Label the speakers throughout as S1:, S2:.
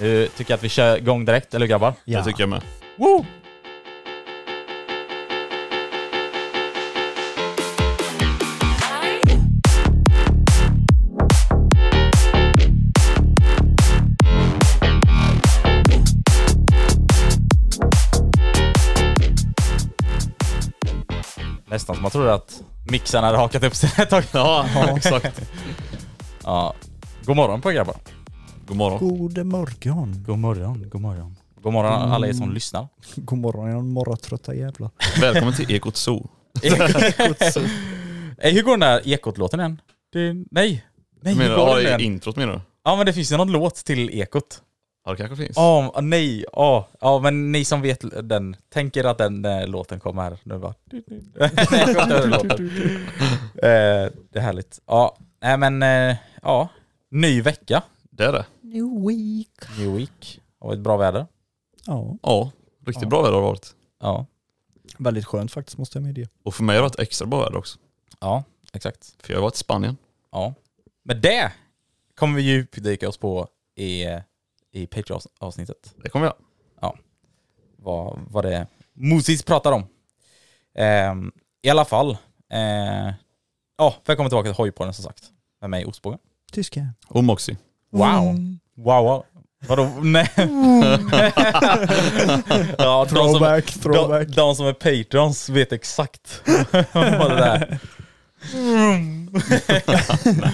S1: Nu tycker jag att vi kör igång direkt, eller hur grabbar?
S2: Det tycker jag med.
S1: Woo! Nästan som man trodde att mixen hade hakat upp sig ett tag.
S2: Ja, exakt.
S1: Ja. God morgon på er grabbar.
S2: God morgon.
S3: God morgon.
S1: God morgon, god morgon. Mm. God morgon alla er som lyssnar.
S3: God morgon, jag morgontrötta jävlar.
S2: Välkommen till Ekot Zoo.
S1: Eh, hur går den där ekot-låten än? Det, nej. Nej,
S2: Menar,
S1: hur
S2: du-
S1: går
S2: har
S1: den
S2: du
S1: än?
S2: introt menar du?
S1: Ja men det finns ju någon låt till ekot.
S2: Ja det kanske finns.
S1: Ja, ah, nej, ja. Ah, ja, men ni som vet den, tänker att den eh, låten kommer här nu va? Eh, Nej, jag kommer inte ihåg den låten. eh, det är härligt. Ja, nej men, eh, ja. Ny vecka,
S2: Det är det.
S3: New week.
S1: new week. Har varit bra väder.
S3: Ja,
S2: Ja, riktigt bra väder har det varit.
S1: Ja,
S3: väldigt skönt faktiskt måste jag medge.
S2: Och för mig har det varit extra bra väder också.
S1: ja, exakt.
S2: För jag har varit i Spanien.
S1: Ja. Men det kommer vi djupdyka oss på i, i Patreon-avsnittet.
S2: Det kommer jag.
S1: Vad, vad det Moses pratar om. Ehm, I alla fall. Eh, ja, välkommen tillbaka till Hojpodden som sagt. Med mig Ostbågen.
S3: Tyska.
S2: Och Moxie.
S1: Wow.
S3: Mm.
S1: Wow, wow. Vadå? Nej. ja, de som,
S3: Throwback,
S1: de,
S3: throwback.
S1: de som är patrons vet exakt vad det där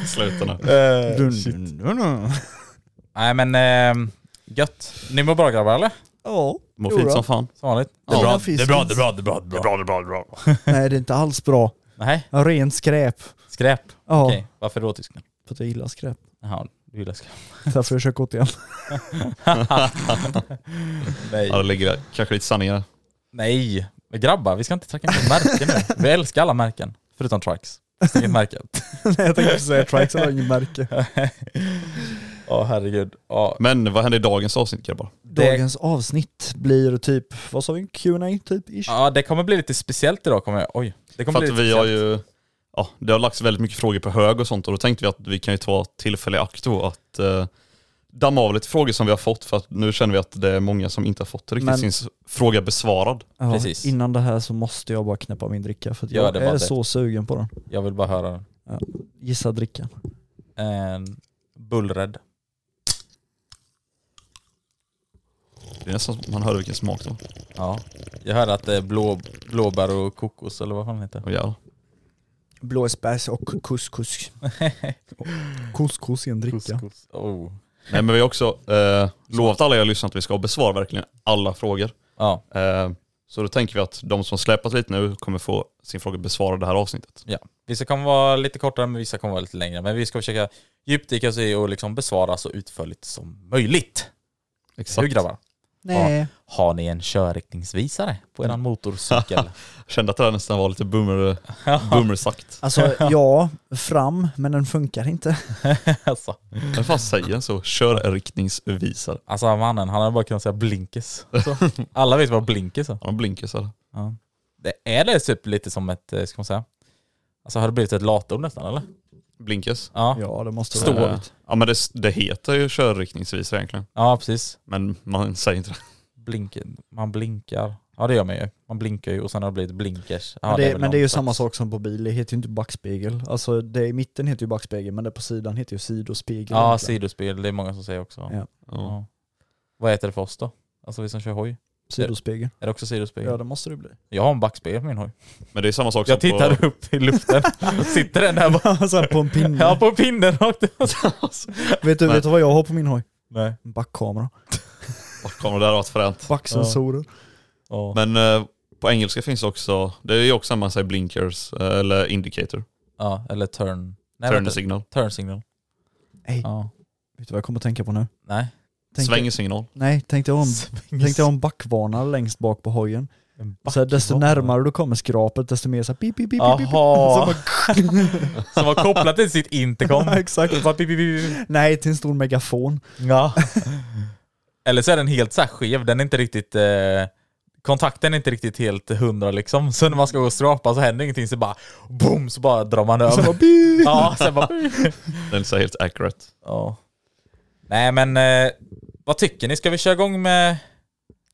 S2: Sluta nu.
S1: är. Eh,
S3: Dun, dun, dun, dun.
S1: Nej men ehm, gött. Ni mår bra grabbar eller?
S3: Ja,
S2: Mår
S3: jo
S2: fint
S3: då.
S2: som fan.
S1: Som vanligt?
S3: Det är bra, det är bra, det är bra,
S1: det är bra, det är bra.
S2: det är bra, det är bra.
S3: Nej det är inte alls bra.
S1: Nej,
S3: Ren skräp.
S1: skräp.
S3: Ja,
S1: Okej, varför då tysken?
S3: för att jag gillar skräp.
S1: Jaha, du gillar skräp.
S3: Därför jag kör åt igen.
S1: Nej.
S2: Ja det ligger där. kanske lite sanning i det.
S1: Nej, men grabbar vi ska inte tracka ner märken nu. Vi älskar alla märken, förutom trucks. Fast Inget märke.
S3: Nej jag tänkte säga trikes har inget märke.
S1: Ja herregud. Ja,
S2: Men vad händer i dagens avsnitt grabbar?
S1: det,
S3: Dagens avsnitt blir typ, vad sa vi, Q&A typ ish?
S1: ja, det kommer bli lite speciellt idag kommer jag, oj. Det kommer bli
S2: För att
S1: lite
S2: vi har
S1: speciellt.
S2: ju, ja det har lagts väldigt mycket frågor på hög och sånt och då tänkte vi att vi kan ju ta tillfälle i akt då att eh, damma av lite frågor som vi har fått för att nu känner vi att det är många som inte har fått riktigt
S3: Men-
S2: sin s- fråga besvarad.
S3: Ja,
S1: precis.
S3: Innan det här så måste jag bara knäppa min dricka för att
S1: Gör
S3: jag
S1: det bara
S3: är
S1: det.
S3: så sugen på den.
S1: Jag vill bara höra
S3: Gissa drickan.
S1: en bullred.
S2: Det är nästan som att man hör vilken smak det var.
S1: Ja. Jag hörde att det är blå, blåbär och kokos eller vad fan det heter.
S2: Åh, jävlar.
S3: Blåsbärs och couscous. Couscous i en dricka.
S1: Kokos. Oh.
S2: Nej men vi har också eh, lovat alla er lyssnare att vi ska besvara verkligen alla frågor.
S1: Ja,
S2: Eh, så då tänker vi att de som släpat lite nu kommer få sin fråga besvarad det här avsnittet.
S1: ja. Vissa kommer vara lite kortare men vissa kommer vara lite längre. Men vi ska försöka djupdyka oss i och liksom besvara så utförligt som möjligt.
S2: Exakt.
S1: Hur grabbar? Nej. Har ni en körriktningsvisare på
S3: Mm.
S1: eran motorcykel?
S2: Kände att det där nästan var lite boomer, boomersagt.
S3: Alltså ja, fram, men den funkar inte.
S1: alltså.
S2: Vem fan säger en så? Körriktningsvisare.
S1: alltså han mannen, han hade bara kunnat säga blinkes. Så. Alla vet vad blinkes är.
S2: Han har blinkers eller?
S1: Ja. Det är det typ lite som ett, eh, ska man säga? Alltså har det blivit ett latord nästan eller?
S2: Blinkers?
S1: Ja, ja.
S3: Ja, det måste
S1: Stor.
S3: vara.
S2: Eh, Ja men det, det heter ju körriktningsvisare egentligen.
S1: precis.
S2: Men man säger inte det.
S1: Blink, man blinkar. Ja det gör man ju. Man blinkar ju och sen har det blivit blinkers. Ja,
S3: Men det,
S1: väl
S3: men det är ju
S1: någon
S3: samma
S1: slags-
S3: sak som på bil, det heter ju inte backspegel. Alltså det i mitten heter ju backspegel, men det på sidan heter ju sidospegel.
S1: Ja,
S3: egentligen.
S1: sidospel. Det är många som säger också.
S3: Ja.
S2: Ja.
S1: Ja. Vad heter det för oss då? Alltså vi som kör hoj.
S3: Sidospegel.
S1: Är det också sidospegel?
S3: Ja, det måste det bli.
S1: Jag har en backspegel på min hoj.
S2: Men det är samma sak som
S1: Jag tittade
S2: på...
S1: upp i luften. Sitter den där bara?
S3: så här på en pinne.
S1: Ja, på pinnen rakt upp.
S3: Vet, du, vet du vad jag har på min hoj?
S1: Nej.
S3: En backkamera.
S2: Backkameran, det hade varit fränt.
S3: Backsensorer.
S1: Ja.
S2: Men eh, på engelska finns det också, det är ju också när man säger blinkers eh, eller indicator.
S1: ja, eller turn. Nej,
S2: Turn
S1: vänta.
S2: signal.
S1: turn signal.
S3: Nej,
S1: Ja.
S3: vet du vad jag kommer att tänka på nu?
S1: Nej.
S3: Tänkte-
S2: Svängsignal.
S3: Nej, tänkte jag om, tänkte jag om backvarnare längst bak på hojen. Så här, desto närmare du kommer skrapet, desto mer såhär pip, pip, pip, pip, pip. Så
S1: Jaha.
S3: bara-
S1: Som var kopplat till sitt intercom.
S3: Ja, exakt.
S1: Bara pip, pip, pip, pip.
S3: Nej, till en stor megafon.
S1: Ja. Eller så är den helt så här skev. Den är inte riktigt... Eh, kontakten är inte riktigt helt hundra liksom. Så när man ska gå och skrapa så händer ingenting. Så bara boom så bara drar man över. ja, sen bara...
S2: Den är inte så helt accurate.
S1: ja. Nej men eh, vad tycker ni? Ska vi köra igång med...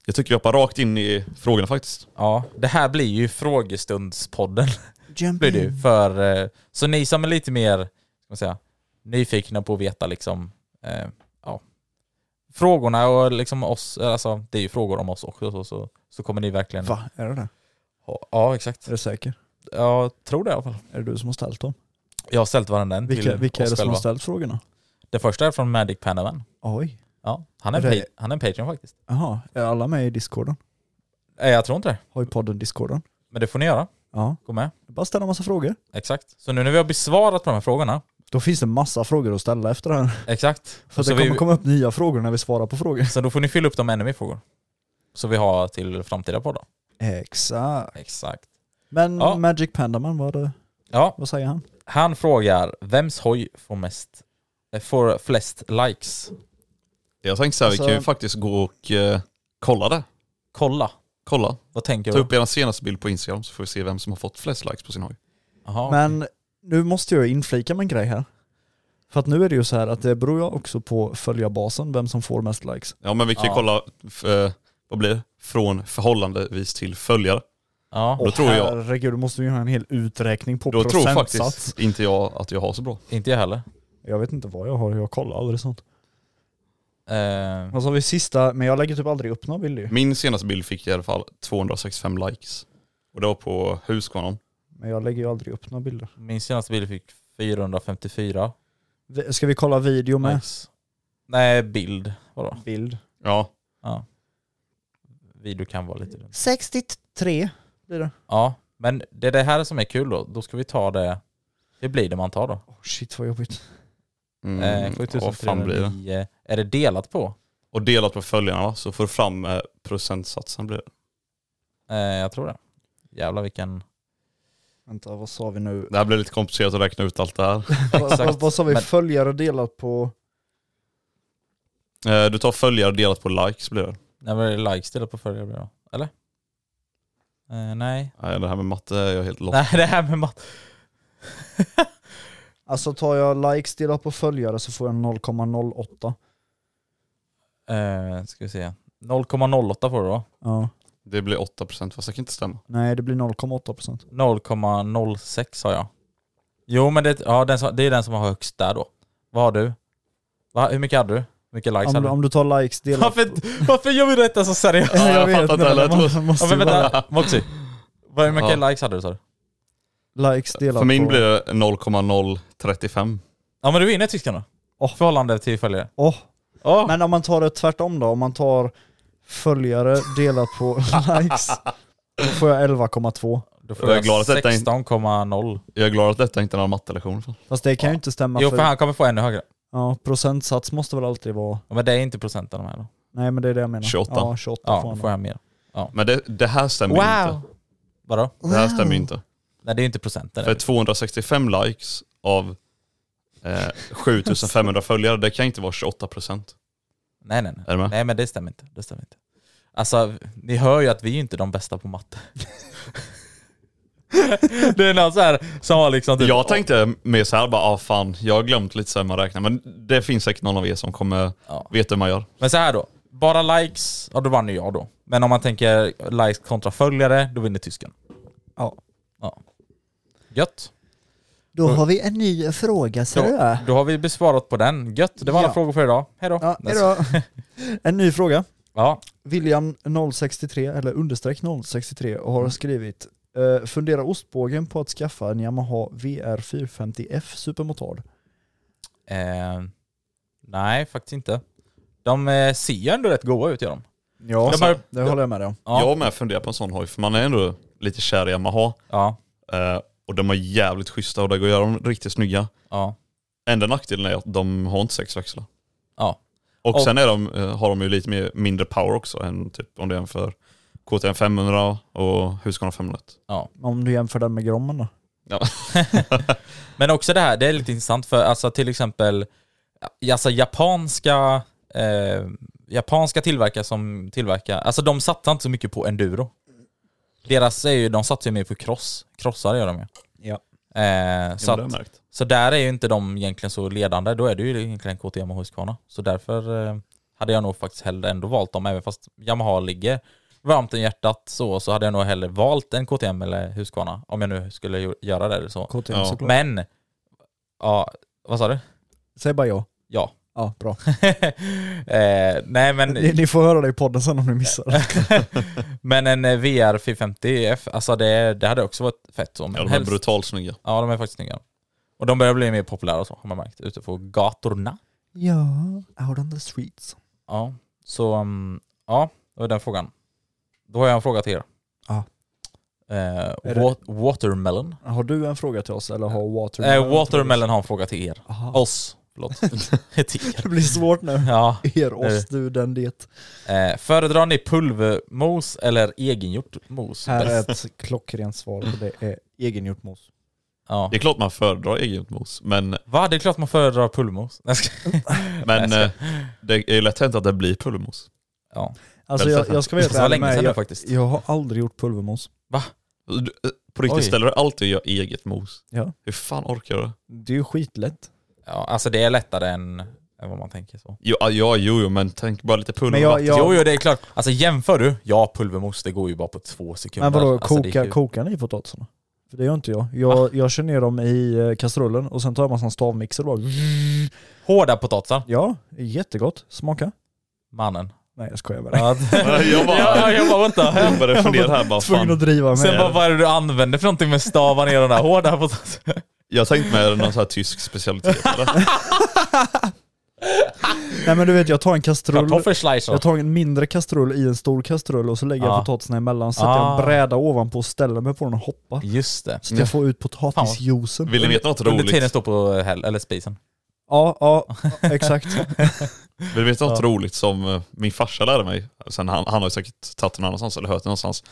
S2: Jag tycker vi hoppar rakt in i frågorna faktiskt.
S1: Ja, det här blir ju frågestundspodden.
S3: Jump
S1: blir det ju
S3: in.
S1: för... eh, Så ni som är lite mer, ska man säga, nyfikna på att veta liksom, eh, ja, frågorna och liksom oss, alltså det är ju frågor om oss också så, så, så kommer ni verkligen...
S3: Va, är det det?
S1: ha- Ja, exakt.
S3: Är du säker?
S1: Jag tror det i alla fall.
S3: Är det du som har ställt dem?
S1: Jag har ställt varandra en
S3: Vilka,
S1: till
S3: vilka är
S1: oss
S3: det som har
S1: själva.
S3: ställt frågorna?
S1: Det första är från Magic Panavan.
S3: Oj.
S1: Ja, han är,
S3: Är det-
S1: pa- han är en Patreon faktiskt.
S3: Jaha, är alla med i discorden?
S1: Nej, jag tror inte det.
S3: Har ju podden discorden?
S1: Men det får ni göra.
S3: Ja.
S1: Gå med.
S3: Bara ställa massa frågor.
S1: Exakt. Så nu när vi har besvarat på de här frågorna,
S3: Då finns det massa frågor att ställa efter det här.
S1: exakt.
S3: För
S1: så
S3: det kommer
S1: vi-
S3: komma upp nya frågor när vi svarar på frågor.
S1: Så då får ni fylla upp dem med ännu mer frågor. Så vi har till framtida poddar.
S3: Exakt.
S1: Exakt.
S3: Men
S1: Ja.
S3: Magic Pandaman, vad, det-
S1: Ja,
S3: vad säger han?
S1: han frågar vems hoj får mest eh, får flest likes?
S2: Jag tänkte så här,
S3: Alltså-
S2: vi kan ju faktiskt gå och eh, kolla det.
S1: Kolla.
S2: Kolla.
S1: Vad tänker
S2: Ta
S1: du?
S2: upp er senaste bild på Instagram så får vi se vem som har fått flest likes på sin hoj.
S1: Jaha.
S3: Men nu måste jag inflika med en grej här. För att nu är det ju så här att det beror ju också på följarbasen, vem som får mest likes.
S2: Ja men vi kan ju
S1: Ja.
S2: kolla, f- eh, vad blir det? Från förhållandevis till följare.
S1: ja,
S2: Då tror jag-
S3: Herregud, då måste vi göra en hel uträkning på
S2: Då tror
S3: procentsats.
S2: faktiskt inte jag att jag har så bra.
S1: inte jag heller.
S3: Jag vet inte vad jag har, jag kollar aldrig sånt.
S1: Eh,
S3: Vad sa vi sista, men jag lägger typ aldrig upp någon bild ju.
S2: Min senaste bild fick i alla fall 265 likes. Och det var på Husqvarnan.
S3: Men jag lägger ju aldrig upp några bilder.
S1: min senaste bild fick 454
S3: Vi- Ska vi kolla video med?
S1: likes. Nej, bild. Vadå?
S3: Bild.
S2: Ja,
S1: Ja. Video kan vara lite dumt.
S3: 63 blir det.
S1: Ja, men det är det här som är kul då. Då ska vi ta det. Hur blir det man tar då?
S3: Oh, shit vad jobbigt.
S2: mm,
S1: Eh,
S2: vad fan blir det?
S1: 7309. Är det delat på?
S2: Och delat på följarna va? så får du fram eh, procentsatsen blir det.
S1: Eh, jag tror det. Jävlar vilken...
S3: Vänta, vad sa vi nu?
S2: Det här blir lite komplicerat att räkna ut allt det här.
S3: vad, vad, vad sa vi?
S1: Men-
S3: Följare delat på...
S2: Eh, du tar följare delat på likes blir det.
S1: Nej men är det likes delat på följare blir det då? Eller? Eh, nej.
S2: Nej, det här med matte är jag helt lost.
S1: Nej det här med matte.
S3: Alltså tar jag likes delat på följare så får jag 0,08.
S1: Eh, ska vi se. 0,08 får du då.
S3: Ja.
S2: Det blir 8% fast det kan inte stämma.
S3: Nej, det blir 0,8%.
S1: 0,06 har jag. Jo men det, ja, den, som- det är den som har högst där då. Vad har du? Va, hur mycket hade du? Hur mycket likes
S3: Om,
S1: hade
S3: du-
S1: du?
S3: om du tar likes delat
S1: Varför, varför gör vi detta så seriöst?
S2: Ja, jag fattar inte heller.
S3: men man måste
S1: Ja, men
S3: ju bara-
S1: vänta, Moxie. Vad- Hur mycket
S2: Ja.
S1: likes hade du sa du?
S3: Likes delat
S2: För min
S3: på...
S2: blir det 0,035.
S1: Ja men du är inne i tyskarna.
S3: Åh.
S1: Förhållande till följare.
S3: Åh,
S1: Åh.
S3: Men om man tar det tvärtom då, om man tar följare delat på likes, då får jag 11,2.
S1: Då får
S2: Jag är
S1: jag
S2: glad att detta inte-
S1: 16,0
S2: Jag är glad att detta inte är någon mattelektion. i alla fall.
S3: Fast det kan ju inte stämma
S1: Jo
S3: för,
S1: för han kommer få ännu högre.
S3: ja, procentsats måste väl alltid vara...
S1: Ja, Men det är inte procenten de här då.
S3: Nej men det är det jag menar.
S2: 28.
S3: Ja, 28
S1: Ja,
S3: får
S1: då
S3: han.
S1: får jag mer.
S2: Men det, det här stämmer ju inte.
S1: Vadå?
S2: Det här stämmer ju inte.
S1: Nej det är ju inte procenten.
S2: För 265 likes av eh, 7500 följare, det kan inte vara 28%.
S1: Nej nej nej.
S2: Är du med?
S1: Nej men det stämmer inte. Det stämmer inte. Alltså ni hör ju att vi är inte de bästa på matte. det är någon så här som har liksom typ,
S2: Jag tänkte mer så här bara, ah, fan, jag har glömt lite så här man räknar. Men det finns säkert någon av er som kommer
S1: Ja.
S2: veta hur man gör.
S1: Men så här då. Bara likes, ja då vann ju jag då. Men om man tänker likes kontra följare, då vinner tysken.
S3: Ja.
S1: Ja. Gött.
S4: Då har vi en ny fråga ser du.
S1: Då, då har vi besvarat på den. Gött. Det var alla
S3: Ja.
S1: frågor för idag. Hej då.
S3: Ja, hejdå. en ny fråga.
S1: Ja.
S3: William 063, eller understreck 063, och
S1: Mm.
S3: har skrivit eh, Funderar ostbågen på att skaffa en Yamaha VR450F supermotard?
S1: Eh, nej, faktiskt inte. De eh, ser ju ändå rätt goa ut gör de.
S3: Ja,
S1: Jag bara-
S3: det håller jag med dig om.
S1: Ja.
S2: Jag har med funderat på en sån hoj, för man är ändå lite kär i Yamaha.
S1: Ja.
S2: Eh, och de är jävligt schyssta och det går att göra dem riktigt snygga.
S1: Ja.
S2: Enda nackdelen är att de har inte sex växlar.
S1: Ja.
S2: Och,
S1: Och-
S2: sen är de, eh, har de ju lite mer, mindre power också än typ om du jämför KTM 500 och Husqvarna 500.
S3: Om du jämför den med Grommen då.
S2: Ja.
S1: Men också det här, det är lite intressant för alltså till exempel alltså japanska eh, japanska tillverkare som tillverkar, alltså de satsar inte så mycket på enduro. Deras är ju, de satsar ju mer på cross, crossar gör de ju.
S3: Ja.
S1: Eh, så,
S2: Så det har
S1: att,
S2: jag märkt.
S1: så där är ju inte de egentligen så ledande, då är det ju egentligen KTM och Husqvarna. Så därför eh, hade jag nog faktiskt hellre ändå valt dem, även fast Yamaha ligger varmt i hjärtat så, så hade jag nog hellre valt en KTM eller Husqvarna, om jag nu skulle ju- göra det eller så.
S3: KTM
S2: Ja.
S3: såklart.
S1: Men, ja, vad sa du?
S3: Säg bara ja.
S1: Ja.
S3: Ja, bra.
S1: eh, nej
S3: Ni,
S1: men,
S3: ni får höra det i podden sen om ni missar det.
S1: men en eh, VR 450F, alltså det, det hade också varit fett så. Men
S2: Ja, de är
S1: helst-
S2: brutalt snygga.
S1: ja, de är faktiskt snygga. Och de börjar bli mer populära och så, har man märkt, ute på gatorna.
S3: Ja, out on the streets.
S1: Ja, så um, ja, det var den frågan. Då har jag en fråga till er.
S3: Ja.
S1: Eh,
S3: Är det-
S1: wa- watermelon.
S3: Har du en fråga till oss eller har Watermelon?
S1: Eh, watermelon har en fråga till er.
S3: Aha.
S1: Oss, förlåt. till er.
S3: Det blir svårt nu.
S1: Ja.
S3: Er, oss, du, den, det.
S1: Eh, föredrar ni pulvermos eller egengjort mos?
S3: Här
S1: Bäst.
S3: är ett klockrent svar och det
S1: Eh,
S3: är egengjort mos.
S1: Ja.
S2: Det är klart man föredrar egengjort mos, men,
S1: Va? Det är klart man föredrar pulvermos. Nej, jag ska-
S2: men
S1: ska-
S2: eh, det är lätt hänt att det blir pulvermos.
S1: ja.
S3: Alltså jag, jag ska vara
S1: Det
S3: helt
S1: var
S3: ärlig
S1: länge
S3: med
S1: sedan nu
S3: jag,
S1: faktiskt.
S3: jag har aldrig gjort pulvermos.
S2: Du- eh, På riktigt,
S1: Oj.
S2: ställer du alltid och gör eget mos?
S3: Ja.
S2: Hur fan orkar du det?
S3: Det är ju skitlätt.
S1: ja. Alltså det är lättare än, än vad man tänker så.
S2: Jo, ah, ja, jo, jo, men tänk bara lite pulver.
S3: Men jag-
S2: och vatten.
S3: jag-
S1: Jo, jo, det är klart. Alltså jämför du. Ja, pulvermos, det går ju bara på två sekunder.
S3: Men vadå,
S1: alltså, det är
S3: koka,
S1: ju- Ah.
S3: kokar ni potatisarna? För det gör inte jag. Jag, jag kör ner dem i eh, kastrullen och sen tar jag en massa stavmixer och bara...
S1: Hårda potatisar,
S3: Ja, jättegott. Smaka.
S1: mannen.
S3: Nej jag skojar bara.
S1: Ja,
S2: jag bara-
S1: ja, jag bara vänta.
S2: Jag började fundera här bara,
S3: Tvungen att
S2: fan.
S3: driva med.
S1: Sen bara, vad är det du använder för någonting med stavar ner de där hårda potatisarna?
S2: Jag tänkte med någon sån här tysk specialitet eller?
S3: Nej men du vet jag tar en kastrull,
S1: Kartoffelschleicher.
S3: jag tar en mindre kastrull i en stor kastrull och så lägger
S1: Ja.
S3: jag potatisarna emellan, sätter jag
S1: Ah.
S3: en bräda ovanpå och ställer mig på den och hoppar.
S1: Just det.
S3: Så att jag får ut potatisjuicen.
S2: Vill ni veta något
S1: Under tiden
S2: roligt?
S1: står på eh, häll, eller spisen.
S3: Ja, ja, exakt.
S2: Vill du veta något roligt som eh, min farsa lärde mig? Sen han, han har ju säkert tagit det någon annanstans eller hört det någonstans.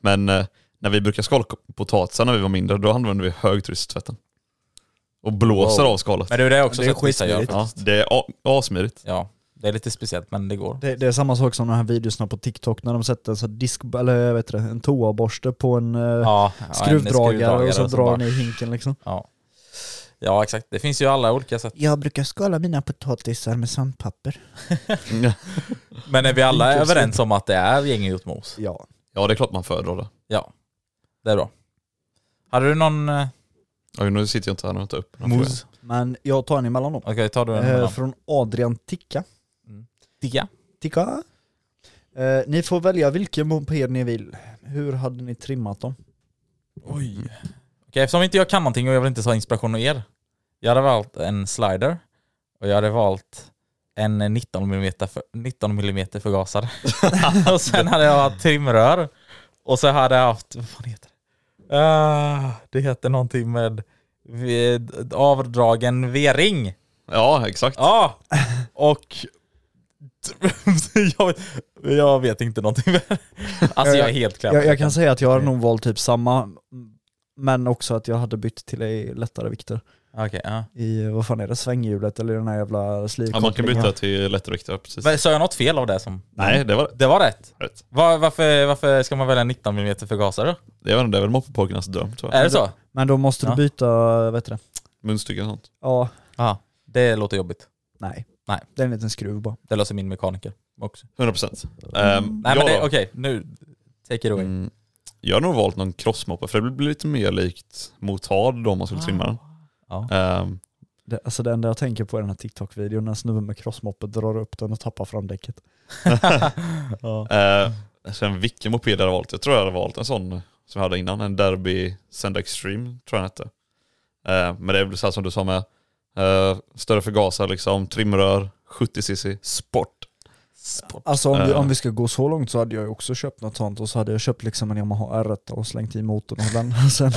S2: Men eh, när vi brukade skala potatisar när vi var mindre, då använde vi högtryckstvätten. Och blåser
S1: Wow.
S2: av skalet.
S1: Men du, det är också
S3: Det är
S1: så att vissa gör.
S3: skitsmidigt.
S2: Ja, det är a- asmidigt.
S1: Ja, det är lite speciellt men det går.
S3: Det, det är samma sak som de här videorna på TikTok när de sätter en sån disk, eller jag vet det, en toaborste på en eh,
S1: Ja, ja, en
S3: skruvdragare och så drar
S1: bara-
S3: ni i hinken liksom.
S1: Ja. ja, exakt. Det finns ju alla olika sätt.
S4: Jag brukar skala mina potatisar med sandpapper.
S1: Men är vi alla överens om att det är gängegjort mos?
S3: Ja.
S2: Ja, det är klart man föredrar det.
S1: Ja, det är bra. Hade du någon eh,
S2: Oj, nu sitter jag inte här och tar upp den här frågan.
S1: mos?
S3: Men jag tar en emellan dem.
S1: Okej, tar du en
S3: Eh,
S1: mellan?
S3: från Adrian Ticka.
S1: Digga.
S3: Ticka? Eh, ni får välja vilken moped ni vill. Hur hade ni trimmat dem?
S1: Oj. Okej, eftersom inte jag kan någonting och jag vill inte ta inspiration av er. Jag hade valt en slider och jag hade valt en 19 mm, för, 19 mm förgasare. och sen hade jag haft trimrör. Och så hade jag haft, vad fan heter det? Ah, det heter någonting med vid, avdragen V-ring.
S2: Ja, exakt.
S1: Ja! Och jag, jag vet inte någonting. alltså jag är helt klämd.
S3: Jag, jag kan säga att jag hade nog valt typ samma, men också att jag hade bytt till i lättare vikter.
S1: Okej, ja.
S3: I, vad fan är det, svänghjulet eller den här jävla
S2: Ja,
S3: slivkopplingen?
S2: man kan byta till lättare precis.
S1: Men Sa jag något fel av det som...
S2: Nej, det var
S1: Det var rätt.
S2: rätt.
S1: Var, varför, varför ska man välja 19 mm förgasare då?
S2: Det var, det var väl moppepojkarnas dröm tror jag.
S1: Är det så?
S3: Men då måste
S1: Ja.
S3: du byta, vet du det?
S2: Munstycken och sånt.
S3: Ja,
S1: Ja. Det låter jobbigt.
S3: nej.
S1: Nej.
S3: Det är en liten skruv bara.
S1: Det löser min mekaniker också.
S2: 100%. Um,
S1: Nej men det-
S2: då.
S1: okej, nu... Take it away.
S2: Mm, jag har nog valt någon crossmoppe för det blir lite mer likt motard då om man skulle trimma den.
S1: Ah. Ja.
S2: Ehm,
S3: Det, alltså det enda jag tänker på är den här TikTok-videon när snubben med crossmoppe drar upp den och tappar fram däcket. ja.
S2: Eh, sen vilken moped jag hade valt? Jag tror jag hade valt en sån som jag hade innan, en Derby Senda Extreme tror jag den hette. Eh, men det är väl så här som du sa med, eh, större förgasare liksom, trimrör, 70 cc, sport.
S3: Alltså om vi,
S2: Eh.
S3: om vi ska gå så långt så hade jag ju också köpt något sånt och så hade jag köpt liksom en Yamaha R1 och slängt i motorn och den. Sen,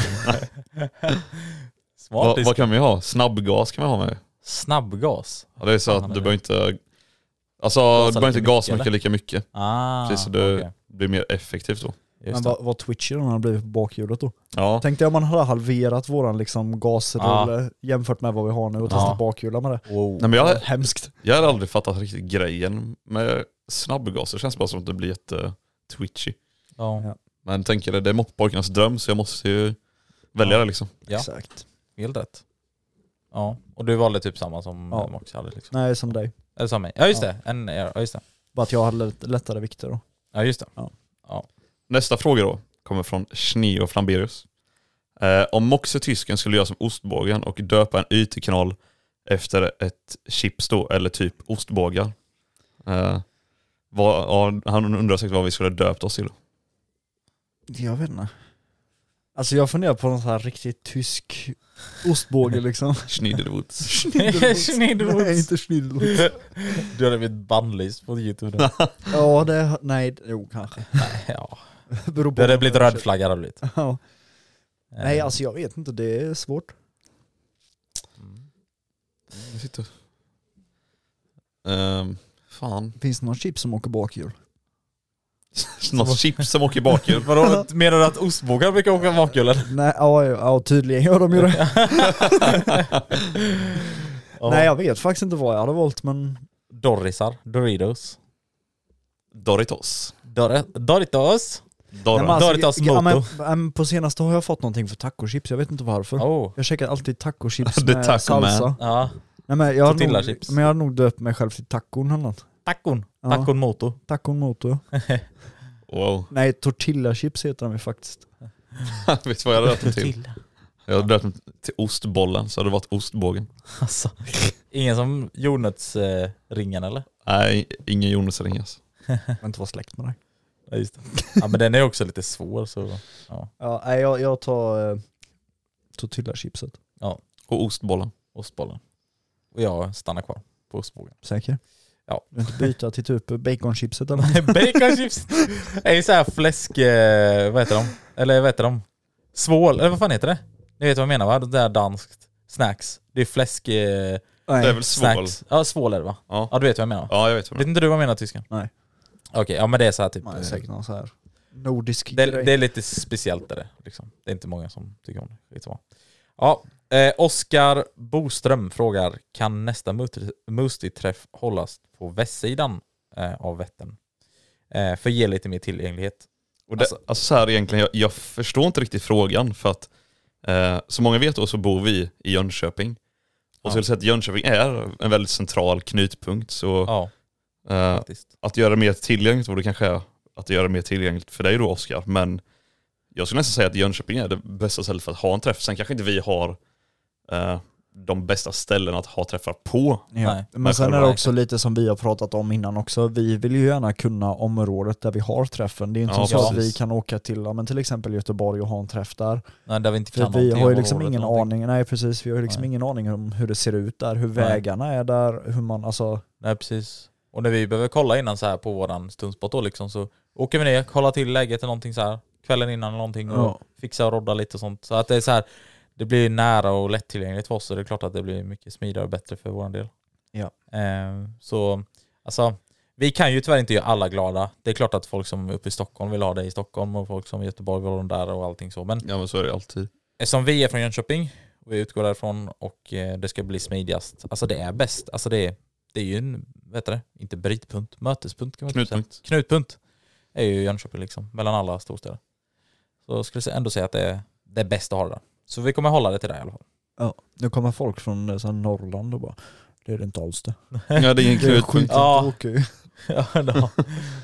S1: Smart.
S2: vad, vad kan vi ha? Snabbgas kan vi ha med.
S1: Snabbgas.
S2: Ja, det är så
S1: Fan,
S2: att
S1: vad
S2: du
S1: det-
S2: behöver inte, alltså du
S1: Gasa
S2: behöver inte
S1: lika
S2: gasa
S1: mycket,
S2: mycket lika mycket.
S1: Ah,
S2: Precis, så du
S1: okej.
S2: blir mer effektivt då.
S1: Just
S3: men
S1: det.
S3: vad, vad twitchy den hade blivit på bakhjulet då.
S2: Ja,
S3: Tänk dig om man hade halverat våran liksom gasrulle jämfört med vad vi har nu och testat
S1: Ja.
S3: bakhjular med det.
S1: Wow.
S2: Nej, men jag,
S3: Hemskt.
S2: jag har aldrig fattat riktigt grejen med snabbgaser. Det känns bara som att det blir jätte twitchy.
S1: Ja,
S2: Men tänker det, det är moppepojkarnas dröm så jag måste ju välja
S1: Ja.
S2: det liksom.
S1: Ja.
S3: Exakt.
S1: helt rätt. Ja, och du valde typ samma som
S3: Ja.
S1: ja. Mox hade liksom.
S3: Nej, som dig.
S1: Eller som mig. Ja just
S3: Ja.
S1: det, en, ja just det.
S3: Bara att jag hade lite lättare vikter då.
S1: Ja just det.
S2: Nästa fråga då kommer från Schneo Flamberius. Eh, om Moxe tysken skulle göra som ostbågen och döpa en ytkanal efter ett chips då, eller typ ostbågar. Eh, vad, ja, han undrar säkert vad vi skulle ha döpt oss till.
S3: Jag vet inte. Alltså jag funderar på någon sån här riktigt tysk ostbåge liksom.
S2: Schnidelwoods.
S1: Schnidelwurst.
S3: Nej, inte Schnidelwurst.
S1: Du hade blivit bannlyst på youtube nu.
S3: Ja, det, nej, jo kanske.
S1: ja.
S3: Beror på
S1: Det hade blivit
S3: vad man
S1: röd
S3: köper.
S1: flagga hade det blivit.
S3: Ja. Nej
S1: Eh,
S3: alltså jag vet inte, det är svårt.
S2: Jag sitter. Ehm, fan.
S3: Finns det någon chips som åker bakhjul?
S2: Något chips som åker bakhjul.
S1: Vadå, menar du att ostbågar brukar åka bakhjul eller?
S3: Nej, ja, ja, ja tydligen gör de ju det. Nej jag vet faktiskt inte vad jag hade valt men
S1: Dorrisar, Doritos.
S2: Doritos.
S1: Dor- Doritos?
S2: Dorra.
S3: Nej, men alltså,
S1: Doritos
S3: ja, men,
S1: Moto.
S3: ja, men På senaste har jag fått någonting för tacochips, jag vet inte varför.
S1: Oh.
S3: Jag käkar alltid tacochips
S2: The
S3: med
S2: Taco
S3: salsa.
S2: Man.
S1: Ja.
S3: Nej, men, jag hade nog,
S1: Tortillachips.
S3: men jag hade nog döpt mig själv till tacon eller något.
S1: Tacon.
S3: Ja.
S1: Tacon moto.
S3: Tacon moto.
S2: Wow.
S3: Nej, tortillachips heter de ju faktiskt.
S2: Vet du vad jag hade döpt
S1: Typ.
S2: den till? Jag hade döpt den till ostbollen så hade det varit ostbågen.
S1: Alltså. Ingen som jordnötsringen eh, eller?
S2: Nej, ingen Jonas ringas.
S3: Jag vill inte vara släkt med dig.
S1: Ja, just det. ja men den är också lite svår så.
S3: Ja, nej, jag, jag tar eh, tortillachipset.
S2: Och ostbollen.
S1: Ostbollen. Och jag stannar kvar på ostbågen.
S3: Säker?
S1: Ja.
S3: Du vill inte byta till typ baconchipset eller något?
S1: Baconchips! Det är ju såhär fläsk... eh, Vad heter de? Eller vad heter de? Svål, eller vad fan heter det? Ni vet vad jag menar va? Det där danskt. Snacks. Det är fläsk... eh,
S2: Det är
S3: Nej.
S2: väl svål?
S1: Snacks. Ja, svål är det va?
S2: Ja.
S1: Ja, du vet vad jag menar?
S2: Ja, jag vet vad
S1: Vet
S2: det
S1: inte du vad jag menar tysken?
S3: Nej.
S1: Okej, ja men det är så här typ...
S3: Nej, säkert någon så här nordisk
S1: Det,
S3: grej.
S1: det är lite speciellt är det. Liksom. Det är inte många som tycker om det. Skitsamma. Ja, eh, Oskar Boström frågar, kan nästa Musti-träff hållas på västsidan eh, av Vättern? Eh, för ge lite mer tillgänglighet.
S2: Och det, alltså, så här egentligen, jag, jag förstår inte riktigt frågan för att eh, som många vet då så bor vi i Jönköping. Och
S1: Ja.
S2: så skulle jag säga att Jönköping är en väldigt central knutpunkt så
S1: Ja,
S2: eh,
S1: faktiskt.
S2: att göra det mer tillgängligt vore kanske är att göra det mer tillgängligt för dig då Oskar. Men jag skulle nästan säga att Jönköping är det bästa stället för att ha en träff. Sen kanske inte vi har eh, de bästa ställena att ha träffar på.
S3: Ja.
S1: Nej,
S3: men
S2: men
S3: sen är det
S2: själva-
S3: också lite som vi har pratat om innan också, vi vill ju gärna kunna området där vi har träffen. Det är inte
S2: Ja,
S3: så att
S2: precis.
S3: vi kan åka till ja, men till exempel Göteborg och ha en träff där.
S1: Nej, där vi inte
S3: För
S1: kan
S3: vi
S1: någonting
S3: har ju
S1: om
S3: liksom
S1: området
S3: ingen
S1: någonting.
S3: aning, nej precis, vi har ju liksom
S1: Nej.
S3: ingen aning om hur det ser ut där, hur
S1: Nej.
S3: vägarna är där, hur man alltså,
S1: Nej, precis. Och när vi behöver kolla innan så här på våran stundspot då liksom så åker vi ner, kollar till läget eller någonting så här kvällen innan eller någonting och
S3: Ja.
S1: fixar och roddar lite och sånt. Så att det är så här, det blir nära och lättillgängligt för oss och det är klart att det blir mycket smidigare och bättre för vår del.
S3: Ja.
S1: Eh, så Ehm, alltså, Vi kan ju tyvärr inte göra alla glada. Det är klart att folk som är uppe i Stockholm vill ha det i Stockholm och folk som är i Göteborg vill ha dem där och allting så. Men
S2: Ja men så är det alltid.
S1: eftersom vi är från Jönköping och vi utgår därifrån och eh, det ska bli smidigast. Alltså det är bäst. Alltså det är, det är ju en, vad heter det, inte brytpunkt, mötespunkt kan man typ säga.
S2: Knutpunkt.
S1: Knutpunkt är ju Jönköping liksom, mellan alla storstäder. Så jag skulle sä- ändå säga att det är det bästa att ha det där. Så vi kommer hålla det till det i alla fall.
S3: Ja, nu kommer folk från eh, så här Norrland och bara det är det inte alls det.
S2: Ja det är ingen
S3: Det är skit
S2: knutpunkt.
S1: Ja.
S3: att åka ju.
S1: ja, då.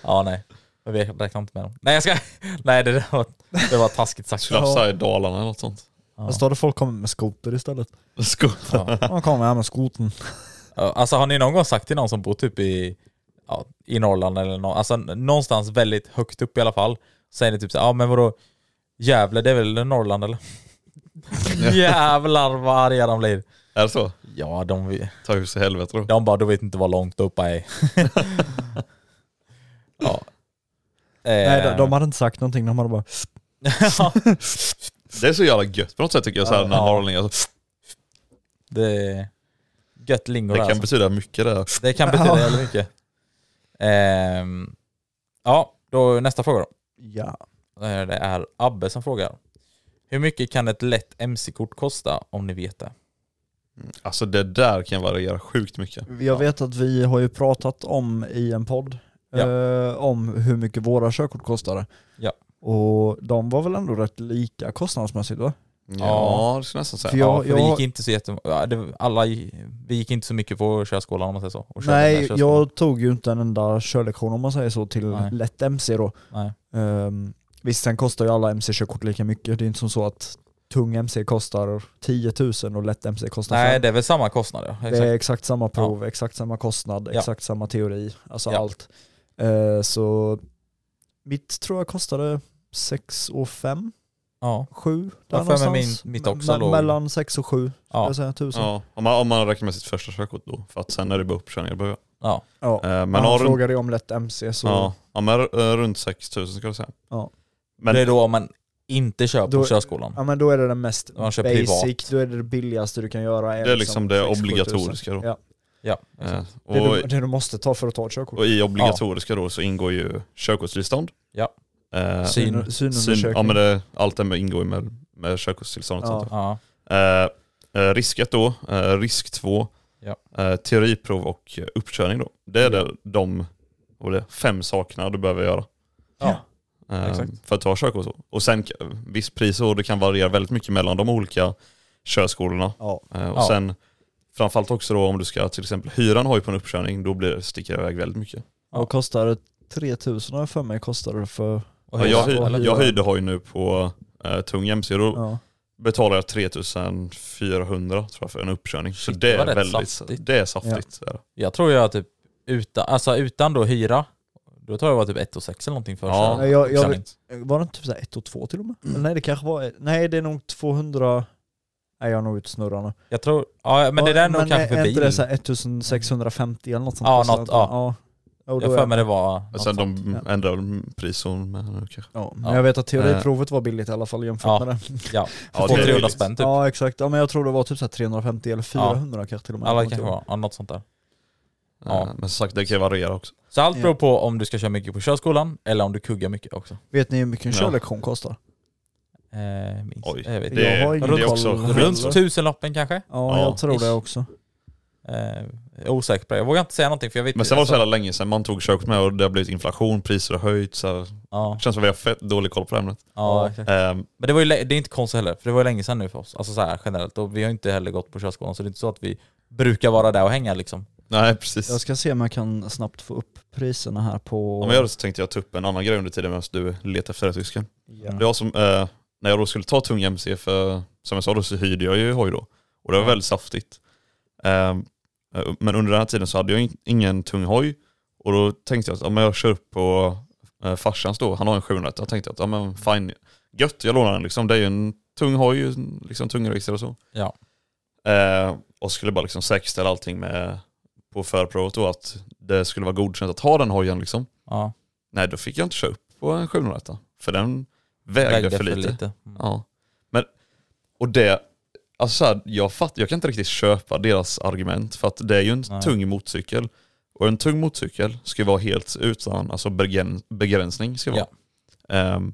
S1: ja, nej. Men vi räknar inte med dem. Nej, jag ska... Nej, det där var, det var taskigt sagt.
S2: Skulle ha sagt Dalarna eller något sånt.
S1: Ja.
S3: Fast Alltså, då hade folk kommit med skoter istället.
S2: Sko-
S1: Ja.
S3: De kommer här med skotern.
S1: Ja, Alltså har ni någon gång sagt till någon som bor typ i, ja, i Norrland eller nå, alltså, någonstans väldigt högt upp i alla fall, säger ni typ så ja ah, men vadå, Gävle det är väl Norrland eller? Jävlar vad arga de blir.
S2: Är det så?
S1: Ja, de,
S2: Ta hus i helvete då.
S1: de bara, du vet inte vad långt upp är. ja.
S3: Nej, de,
S1: Eh,
S3: de hade inte sagt någonting, de hade bara
S1: ja,
S2: Det är så jävla gött på något sätt tycker jag. Så här, när
S1: Ja.
S2: norrlänningar, alltså,
S1: det är gött lingo
S2: det
S1: där,
S2: kan
S1: alltså.
S2: betyda mycket det. här.
S1: Det kan betyda jävligt mycket. Ehm, ja, då nästa fråga då.
S3: ja.
S1: Eh, Det är Abbe som frågar. Hur mycket kan ett lätt mc-kort kosta om ni vet det?
S2: Alltså det där kan variera sjukt mycket.
S3: Jag vet att vi har ju pratat om i en podd
S1: Ja.
S3: eh, om hur mycket våra körkort kostade.
S1: Ja.
S3: Och de var väl ändå rätt lika kostnadsmässigt va?
S2: Ja, det skulle jag nästan säga.
S3: För jag-
S1: ja, för det
S3: jag-
S1: gick inte så jättem- ja, det, alla, gi- vi gick inte så mycket på körskolan om man säger så. och körde den
S3: Nej,
S1: här körskolan.
S3: jag tog ju inte en enda körlektion om man säger så till
S1: Nej.
S3: lätt MC då.
S1: Nej.
S3: Um, visst, sen kostar ju alla MC-körkort lika mycket. Det är inte som så att tung MC kostar 10 000 och lätt MC kostar
S1: Nej,
S3: fem.
S1: det är väl samma kostnad ja.
S3: Det är
S1: Exakt.
S3: exakt samma prov, exakt samma kostnad,
S1: Ja.
S3: exakt samma teori, alltså
S1: Ja.
S3: allt. Eh, så mitt tror jag kostade 6 och 5,
S1: Ja,
S3: 7
S1: Ja,
S3: där
S1: för mig
S3: någonstans.
S1: min- mitt också
S3: Me-
S1: låg-
S3: mellan 6 och 7 skulle
S1: Ja.
S3: jag säga, tusen.
S2: Ja, om, man, om man räknar med sitt första körkort då. För att sen är det bara uppkörningar. det behöver-
S1: ja.
S3: Ja.
S2: Eh, Men
S3: Men Han
S2: har runt,
S3: frågade ju om lätt MC så
S2: ja, ja, men eh, runt 6000 ska jag säga.
S3: Ja.
S2: Men eh,
S1: det är då om man inte kör på
S3: Då-
S1: körskolan.
S3: Ja men då är det den mest
S1: Om man
S3: basic,
S1: kör privat.
S3: då är det det billigaste du kan göra.
S2: Det är liksom det
S3: 6-7 tusen.
S2: obligatoriska då.
S3: Ja.
S1: Ja,
S2: eh,
S1: exakt.
S2: och,
S3: Det, du, det du måste ta för att ta ett körkort.
S2: och i obligatoriska då så ingår ju körkortstillstånd.
S1: Ja.
S2: Eh,
S1: Syn-
S3: Syn, synundersökning.
S2: syn, ja men det, allt det med ingår ju med, med körkortstillstånd. och
S3: Ja.
S2: sånt.
S1: ja.
S2: Eh, eh, risk 1 då, eh, risk 2,
S1: Ja.
S2: eh, teoriprov och eh, uppkörning då. Det är det, de vad var det, fem sakerna du behöver göra.
S1: Ja.
S2: Eh,
S1: Exakt.
S2: För att ta körkort. Och, och sen eh, viss pris och det kan variera väldigt mycket mellan de olika körskolorna.
S3: Ja.
S2: Eh, och
S1: Ja.
S2: sen framförallt också då om du ska till exempel hyra en hoj på en uppkörning, då blir, sticker det iväg väldigt mycket.
S3: Och kostar det 3000 har jag för mig kostade det för...
S1: Och
S2: Ja, jag,
S1: hyra,
S2: hy-
S1: eller?
S2: jag hyrde hoj nu på eh, tung MC och då
S3: Ja.
S2: betalar jag 3400 tror jag för en uppkörning. Så
S1: Shit,
S2: det
S1: det var
S2: är
S1: rätt
S2: väldigt
S1: saftigt.
S2: Det är saftigt. Är det.
S1: Jag tror jag typ utan, alltså utan då hyra, då tror jag det var typ 1 och 6 eller någonting för
S2: Ja.
S1: kör-
S3: Nej, jag- jag-
S1: uppkörning.
S3: Var det inte typ 1 och 2 till och med?
S1: Mm.
S3: Eller nej det kanske var... Nej det är nog 200... Nej jag är nog utsnurrad nu.
S1: Jag tror, ja men det där är nog kanske för
S3: är inte
S1: bil.
S3: det såhär 1650 eller något sånt?
S1: Ja,
S3: kostar
S1: något,
S3: det?
S1: ja.
S3: Ja. Och
S1: Jag
S3: då är-
S1: för mig det var något
S2: Sen
S1: sånt.
S2: de
S3: ja.
S2: ändrar väl prison med nu kanske.
S3: Ja, men
S1: Ja.
S3: jag vet att
S2: eh,
S3: teoriprovet var billigt i alla fall jämfört
S1: Ja.
S3: med det.
S1: Ja,
S2: Ja,
S1: på
S2: det är
S1: 300
S2: billigt.
S1: spänn typ.
S3: Ja exakt, ja, men jag tror det var typ så här 350 eller 400 kanske till och med.
S1: Alla kanske var, ja, något sånt där. Ja.
S2: Eh, Men som sagt det kan ju variera också.
S1: Så allt
S3: Ja.
S1: beror på om du ska köra mycket på körskolan eller om du kuggar mycket också.
S3: Vet ni hur mycket en
S2: Ja.
S3: körlektion kostar?
S1: Eh, minst,
S2: Oj.
S1: jag vet
S2: Det,
S3: Jag har
S2: är-
S3: ingen
S2: det är
S3: koll.
S2: också
S3: Runt
S1: Runt tusenlappen kanske?
S3: Ja,
S2: Ja.
S3: jag tror det
S1: Ish.
S3: också.
S1: Eh, jag är osäker på det. Jag vågar inte säga någonting för jag vet
S2: Men sen var det så
S1: alltså,
S2: jävla länge sedan man tog körkort med och det har blivit inflation, priser har höjts. så här.
S1: ja,
S2: Det känns som att vi har fett dålig koll på det ämnet.
S1: ja, exakt.
S2: Ehm,
S1: Men det, var ju, lä- det är inte konstigt heller, för det var ju länge sedan nu för oss. Alltså så här generellt. Och vi har ju inte heller gått på körskolan så det är inte så att vi brukar vara där och hänga liksom.
S2: nej precis.
S3: Jag ska se om jag kan snabbt få upp priserna här på...
S2: Om jag gör det så tänkte jag ta upp en annan grej under tiden medan du letar efter det tysken.
S3: Ja.
S2: Det var som, eh, när jag då skulle ta tung MC, för som jag sa då så hyrde jag ju hoj då. Och det var väldigt saftigt. Ehm, eh, men under den här tiden så hade jag in- ingen tung hoj. Och då tänkte jag att ja, men jag kör upp på eh, farsans då, han har en 700. Jag tänkte att ja, men fine, gött, jag lånar den liksom. Det är ju en tung hoj, en liksom tungregistrerad och så.
S1: Ja.
S2: Eh, och skulle bara liksom säkerställa allting med, på förprovet då, att det skulle vara godkänt att ha den hojen liksom.
S1: Ja,
S2: Nej, då fick jag inte köra upp på en 700 för den vägde, för lite.
S1: Mm.
S2: Ja. Men, och det, alltså så här, jag, fatt, jag kan inte riktigt köpa deras argument för att det är ju en
S1: Nej.
S2: tung motorcykel Och en tung motorcykel ska ju vara helt utan, alltså begräns- begränsning ska vara. Ehm,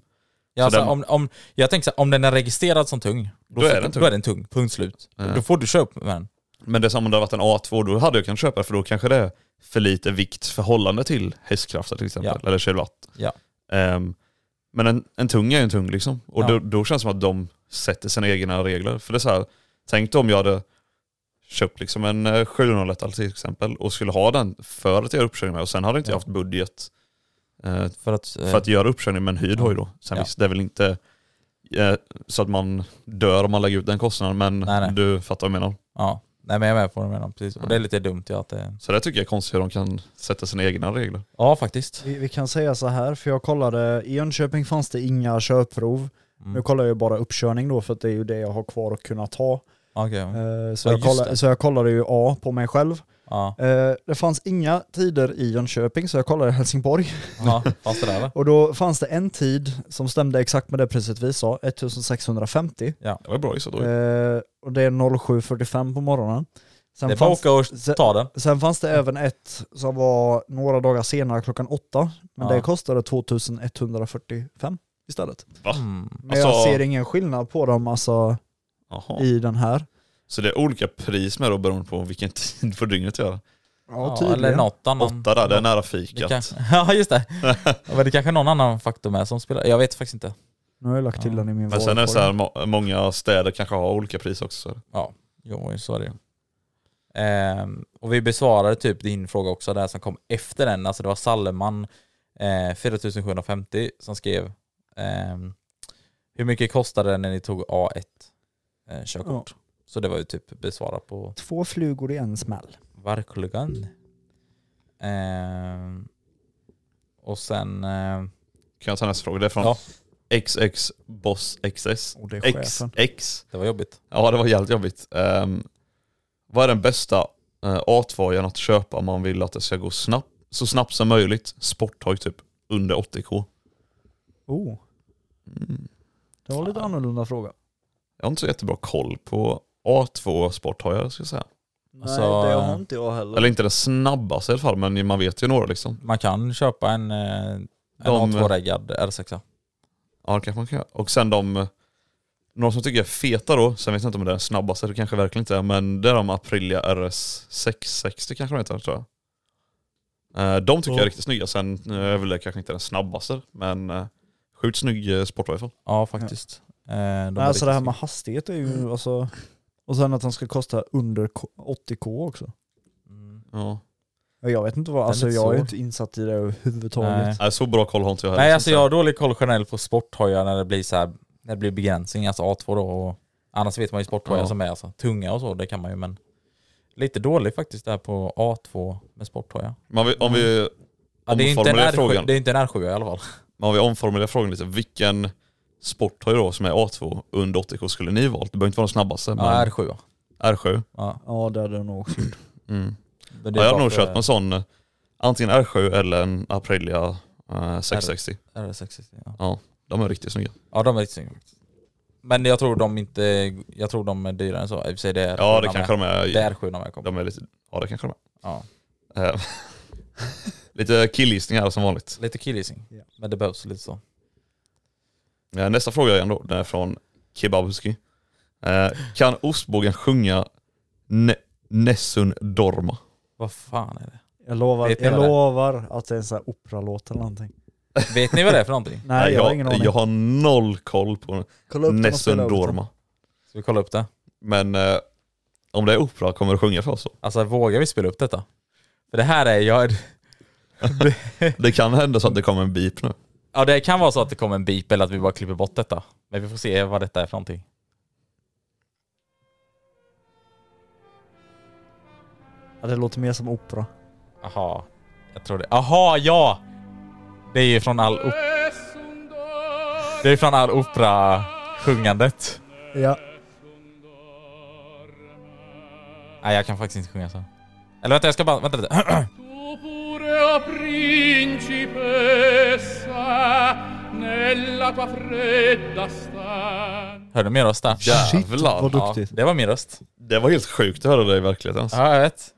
S1: Ja,
S2: Typ. Så
S1: alltså,
S2: den-
S1: om, om, jag tänker så här, om den är registrerad som tung, då,
S2: Då
S1: så-
S2: är den tung. Eh.
S1: då är den tung. Punkt slut.
S2: Ja.
S1: Då får du köra upp med den.
S2: men det är som om det hade varit en A2, då hade jag kunnat köpa det för då kanske det är för lite vikt förhållande till hästkrafter till exempel, eller kilowatt.
S1: Ja.
S2: Ehm, men en, en tung är ju en tung liksom. Och
S1: Ja.
S2: då, då känns det som att de sätter sina egna regler. För det är så här, tänk dig om jag hade köpt liksom en eh, 701 till exempel och skulle ha den för att göra uppkörning med och sen hade inte
S1: Ja.
S2: jag haft budget eh,
S1: För att, eh,
S2: för att göra uppkörning med en hyrd hoj då. Sen
S1: Ja.
S2: visst, det är väl inte eh, så att man dör om man lägger ut den kostnaden, men
S1: Nej, nej.
S2: du fattar vad jag menar.
S1: ja. Nej men jag är med på det menar, precis. Och det är lite dumt ja att det...
S2: Så det tycker jag är konstigt hur de kan sätta sina egna regler.
S1: Ja faktiskt.
S3: Vi, vi kan säga så här, för jag kollade, i Jönköping fanns det inga körprov.
S1: Mm.
S3: Nu kollar jag ju bara uppkörning då, för att det är ju det jag har kvar att kunna ta.
S1: Okej.
S3: Eh, Så,
S1: Ja,
S3: jag
S1: just
S3: kollade,
S1: det.
S3: så jag kollade ju A på mig själv.
S1: Ja.
S3: Eh, Det fanns inga tider i Jönköping, så jag kollade Helsingborg.
S1: ja. Fanns det där eller?
S3: Och då fanns det en tid som stämde exakt med det priset vi sa, 1650.
S2: Det var bra gissat då.
S3: Eh, Och det är 07.45 på morgonen. Sen
S1: Det är bara att åka och
S3: sen-
S1: ta den.
S3: Sen fanns det även ett som var några dagar senare klockan åtta, men
S1: Ja.
S3: det kostade 2145 istället.
S1: Mm.
S3: Men jag
S2: Alltså,
S3: ser ingen skillnad på dem alltså
S2: aha.
S3: i den här.
S2: Så det är olika pris med då beroende på vilken tid på dygnet jag är.
S3: Ja,
S1: eller
S3: tydligen.
S1: något annan.
S2: Åtta där, det är nära
S1: Mm. Det
S2: fikat.
S1: kanske, ja just det. Ja, men det kanske är någon annan faktor med som spelar. Jag vet faktiskt inte.
S3: Nu har jag lagt till
S1: Ja.
S3: den i min
S2: Men sen är det
S3: varukorg.
S2: så här, må- många städer kanske har olika pris också. så-
S1: Jo, så är det ju. Ehm, och vi besvarade typ din fråga också där som kom efter den. Alltså det var Salman eh, 4750 som skrev ehm, Hur mycket kostade det när ni tog A1 eh, körkort? Så det var ju typ besvarat på
S3: Två flugor i en smäll.
S1: verkligen. Ehm, och sen eh,
S2: Kan jag ta nästa fråga? Det är från
S1: Ja.
S2: XX Boss XS.
S3: Och Oh, det är chefen.
S2: XX.
S1: det var jobbigt.
S2: Ja det var jävligt jobbigt. Ehm, vad är den bästa uh, A2-jan att köpa om man vill att det ska gå snabbt, så snabbt som möjligt? Sporthoj typ under 80k.
S3: Oh,
S2: Mm.
S3: det var lite annorlunda fråga.
S2: Jag har inte så jättebra koll på A2 sporthojar ska jag säga.
S1: Alltså, Nej, det har
S3: inte jag heller.
S2: Eller inte den snabbaste i alla fall men man vet ju några liksom.
S1: Man kan köpa en, eh, en
S2: De-
S1: A2-reggad R6.
S2: Ja det kanske man kan göra. Och sen de, några som tycker jag är feta då, sen vet jag inte om det är den snabbaste, det kanske verkligen inte är, men det är de Aprilia RS 660 kanske de heter tror jag. Eh, De tycker jag är
S3: Ja.
S2: riktigt snygga, sen eh, är väl det kanske inte den snabbaste, men eh, sjukt snygg eh, sportrifle.
S1: Ja faktiskt. Eh, de
S3: Nej,
S1: är
S3: alltså det här
S1: riktigt
S3: med hastighet är ju alltså... Och sen att den ska kosta under K- 80k också.
S1: snygga. Mm.
S2: Ja.
S3: Ja, Jag vet inte
S1: Den
S3: vad,
S1: är
S3: alltså
S1: lite
S3: jag är ju
S1: svår.
S3: inte insatt i det
S1: Nej.
S3: överhuvudtaget.
S2: Nej, så bra koll har inte jag
S1: Nej
S2: så
S1: alltså
S2: att
S1: jag
S2: säga.
S1: har dålig koll generellt på sporthojar när det blir så här, när det blir begränsning, alltså A2 då och annars vet man ju sporthojar
S2: Ja.
S1: som är alltså, tunga och så, det kan man ju men lite dålig faktiskt där på A2 med sporthoja.
S2: Men om vi, om
S1: Mm.
S2: vi,
S1: Ja, det, är ju inte en
S2: Omformulera
S1: R7,
S2: frågan.
S1: det är inte en R7 i alla fall.
S2: men om vi omformulerar frågan lite, vilken sporthoj då som är A2 under 80k skulle ni valt? Det behöver inte vara den snabbaste,
S1: Ja,
S2: men
S1: R7 ja.
S2: R7.
S1: ja.
S3: Ja det hade jag nog också gjort.
S2: Mm.
S1: Men det
S2: Ja,
S1: är
S2: jag hade
S1: bara
S2: nog
S1: för
S2: kört med en sån, eh, antingen R7 eller en Aprilia eh, 660.
S1: R60, ja.
S2: De är riktigt snygga.
S1: ja de är riktigt snygga. Men jag tror de inte, jag tror de är dyrare än så. I och för sig det är
S2: Ja det
S1: R7
S2: kanske de är.
S1: med. Det är R7 de är kommer.
S2: De är lite, ja det kanske de
S1: Ja.
S2: är. Eh, lite killgissningar som vanligt.
S1: Lite killgissning,
S3: Ja.
S1: men det behövs lite så.
S2: Eh, Nästa fråga igen då, den är från Kebabski. Eh, Kan ostbågen sjunga ne- Nessun Dorma?
S1: Vad fan är det?
S3: Jag lovar,
S1: Vet ni
S3: jag
S1: vad det är?
S3: lovar att det är en sån här operalåt eller någonting.
S1: Vet ni vad det är för någonting?
S3: Nej jag, har ingen aning.
S2: jag har noll koll på
S3: Kolla upp den och
S2: Nessun
S3: spela upp den.
S2: Dorma.
S1: Ska vi kolla upp det?
S2: Men eh, om det är opera kommer du sjunga för oss då?
S1: Alltså vågar vi spela upp detta? För det här är, jag,
S2: Det kan hända så att det kommer en beep nu.
S1: ja det kan vara så att det kommer en beep eller att vi bara klipper bort detta. Men vi får se vad detta är för någonting.
S3: Ja, det låter mer som opera.
S1: Aha, jag tror det. Aha, ja! Det är ju från all op- Det är från all opera-sjungandet.
S3: Ja.
S1: Nej jag kan faktiskt inte sjunga så. Eller vänta jag ska bara, vänta lite.
S5: Pure o principessa nella tua fredda stanza
S1: Hörde du min röst där?
S2: Jävlar.
S3: Shit vad duktigt.
S1: det var min röst.
S2: Det var helt sjukt att höra dig i verkligheten. alltså.
S1: Ja jag vet.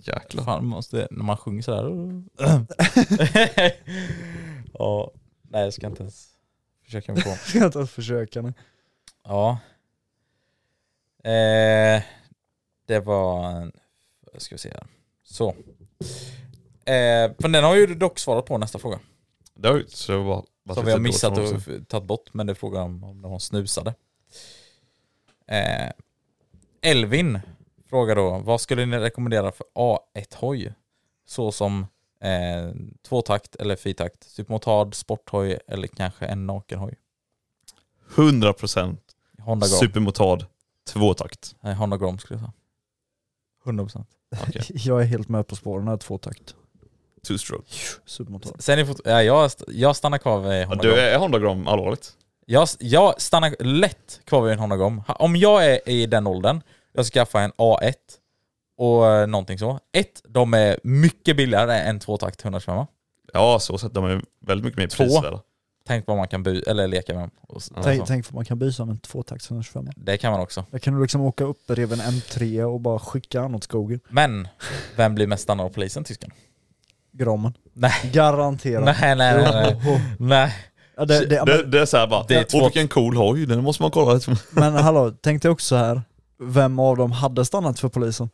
S2: Jäklar.
S1: Fan, måste, när man sjunger sådär. ja, nej jag ska inte ens försöka mig på.
S3: Ska jag inte ens försöka nu.
S1: Ja. Eh, det var en... Ska vi se här. Så. Eh, men den har ju dock svarat på nästa fråga.
S2: Det har ju så det var, varit
S1: Som
S2: lite
S1: vi har
S2: dåligt
S1: missat
S2: också.
S1: och f- tagit bort, men det är frågan om, om de snusade. Eh, Elvin frågar då, vad skulle ni rekommendera för A1-hoj? Så som eh, tvåtakt eller fyrtakt, supermotard, sporthoj eller kanske en nakenhoj?
S2: 100%
S1: Honda Gram.
S2: supermotard, tvåtakt.
S1: Nej, Honda Gram skulle jag säga. 100%.
S2: Okej.
S3: Jag är helt med på spåren här, tvåtakt.
S2: Two stroke.
S3: Supermotor.
S1: Sen är fort- ja, jag, st- jag stannar kvar vid
S2: Ja,
S1: Honda
S2: du
S1: Gram.
S2: är Honda Gram allvarligt?
S1: Jag, jag stannar lätt kvar vid en Honda Gom. Ha- Om jag är i den åldern, jag ska skaffa en A1 och eh, någonting så. Ett, de är mycket billigare än tvåtakt 125.
S2: Ja, så sett. De är väldigt mycket mer
S1: Två.
S2: prisvärda.
S1: Tänk vad man kan bu- eller leka med dem. Och så,
S3: Tänk,
S1: så.
S3: tänk för man kan byta med en tvåtakts 125.
S1: Det kan man också.
S3: Där kan du liksom åka upp bredvid en M3 och bara skicka han åt skogen.
S1: Men, vem blir mest stannad av polisen, tysken?
S3: Gramen.
S1: Nej.
S3: Garanterat.
S1: Nej, nej, nej, nej.
S3: Jo.
S1: nej.
S3: Ja, det, det,
S2: Det, det är såhär bara,
S1: Det är två-
S2: åh vilken cool hoj, den måste man kolla.
S3: men hallå, tänk dig också här, vem av dem hade stannat för polisen?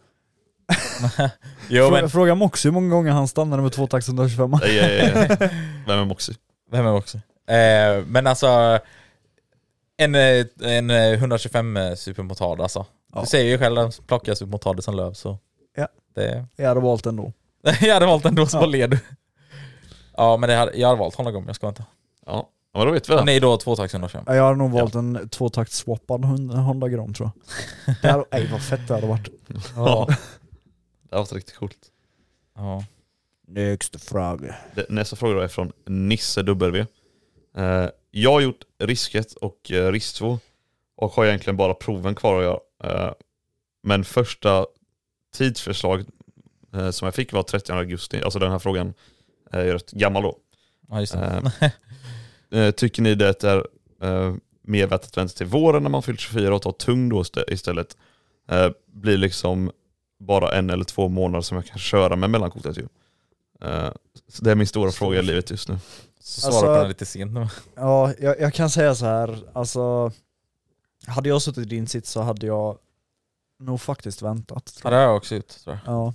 S1: Jo,
S3: Frå,
S1: men,
S3: Fråga Moxie hur många gånger han stannade med tvåtakts 125.
S2: Nej, nej, nej. Vem är Moxie?
S1: vem är också? Eh, men alltså, en, eh, en eh, 125 eh, supermotard alltså.
S3: Ja.
S1: Du säger ju själv, de plockar supermotarder som löv så.
S3: Ja.
S1: Det
S3: Jag hade valt ändå.
S1: jag hade valt ändå som
S3: Ja.
S1: led. Ja men det hade, jag hade valt honom gång, jag ska inte.
S2: Ja, ja, men då vet vi
S1: Han
S2: det.
S1: är ju då 2225.
S3: Ja, Jag hade nog valt en tvåtakts swappad hund- Honda Gram tror jag. Det hade, ej, vad fett det hade varit.
S2: Ja. Det har varit riktigt coolt.
S1: Ja.
S3: Next fråga.
S2: Det- Nästa fråga då är från Nisse W. Eh, Jag har gjort risk 1 och eh, risk 2 och har egentligen bara proven kvar att göra. Eh, Men första tidsförslaget eh, som jag fick var 30 augusti, alltså den här frågan eh, är rätt gammal då.
S1: ja just det.
S3: Ehm,
S2: Eh, Tycker ni det är eh, mer värt att vänta till våren när man fyllt 24 och ta tung då istä- istället? Eh, Blir liksom bara en eller två månader som jag kan köra med mellankortet ju. Eh, så Det är min stora fråga i livet just nu.
S1: Så svarar
S3: alltså-
S1: på den lite sent nu.
S3: Ja, jag, jag kan säga så här. alltså hade jag suttit i din sitt så hade jag nog faktiskt väntat.
S1: Ja,
S3: Tror
S1: det
S3: jag.
S1: har jag också gjort tror jag.
S3: Ja.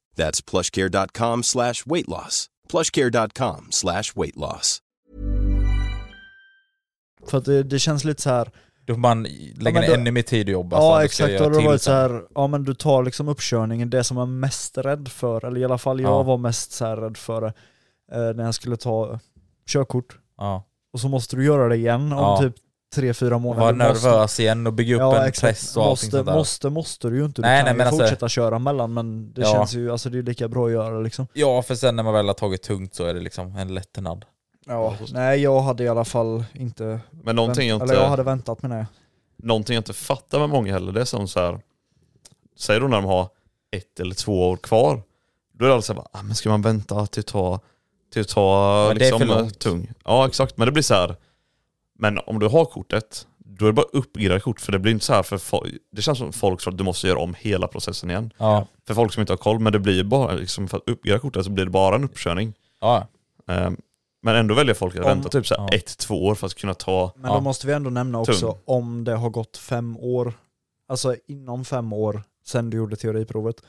S6: That's plushcare.com slash weight loss. plushcare.com slash weight loss.
S3: För att det, det känns lite så här.
S1: Då får man
S3: Ja,
S1: lägga
S3: men
S1: ner
S3: då-
S1: ännu mer tid i jobb. alltså,
S3: ja
S1: du ska
S3: exakt, då
S1: göra
S3: hade det
S1: till
S3: varit så
S1: sen.
S3: här. ja men du tar liksom uppkörningen, det som jag är mest rädd för, eller i alla fall jag
S1: Ja.
S3: var mest så här rädd för det, eh, när jag skulle ta körkort.
S1: Ja.
S3: Och så måste du göra det igen om
S1: Ja.
S3: typ tre fyra månader.
S1: Vara
S3: Du måste-
S1: nervös igen och bygga upp en press och allting
S3: måste,
S1: sånt där.
S3: Måste, måste du ju inte. Du
S1: Nej,
S3: kan
S1: nej,
S3: ju
S1: men alltså-
S3: fortsätta köra mellan men det
S1: Ja.
S3: känns ju, alltså det är lika bra att göra liksom.
S1: Ja för sen när man väl har tagit tungt så är det liksom en lättnad.
S3: Ja, nej jag hade i alla fall inte...
S2: Men någonting jag
S3: vänt, Eller jag
S2: inte,
S3: hade väntat med det.
S2: någonting jag inte fattar med många heller, det är som så här. säger du när de har ett eller två år kvar, då är det alltså bara, ah, men ska man vänta till att ta, till att ta
S1: Men det är
S2: liksom,
S1: för
S2: eh,
S1: långt.
S2: tung? Ja exakt, men det blir så här. men om du har kortet, då är det bara att uppgradera kort, för det blir inte så här för fo- det känns som folk tror att du måste göra om hela processen igen.
S1: Ja.
S2: För folk som inte har koll, men det blir ju bara, liksom, för att uppgradera kortet så blir det bara en uppkörning.
S1: Ja.
S2: Ehm, men ändå väljer folk att
S3: Om-
S2: vänta typ så här
S1: ja.
S2: ett, två år för att kunna ta,
S3: Men
S1: Ja.
S3: då måste vi ändå nämna också
S2: Tung.
S3: om det har gått fem år, alltså inom fem år sedan du gjorde teoriprovet.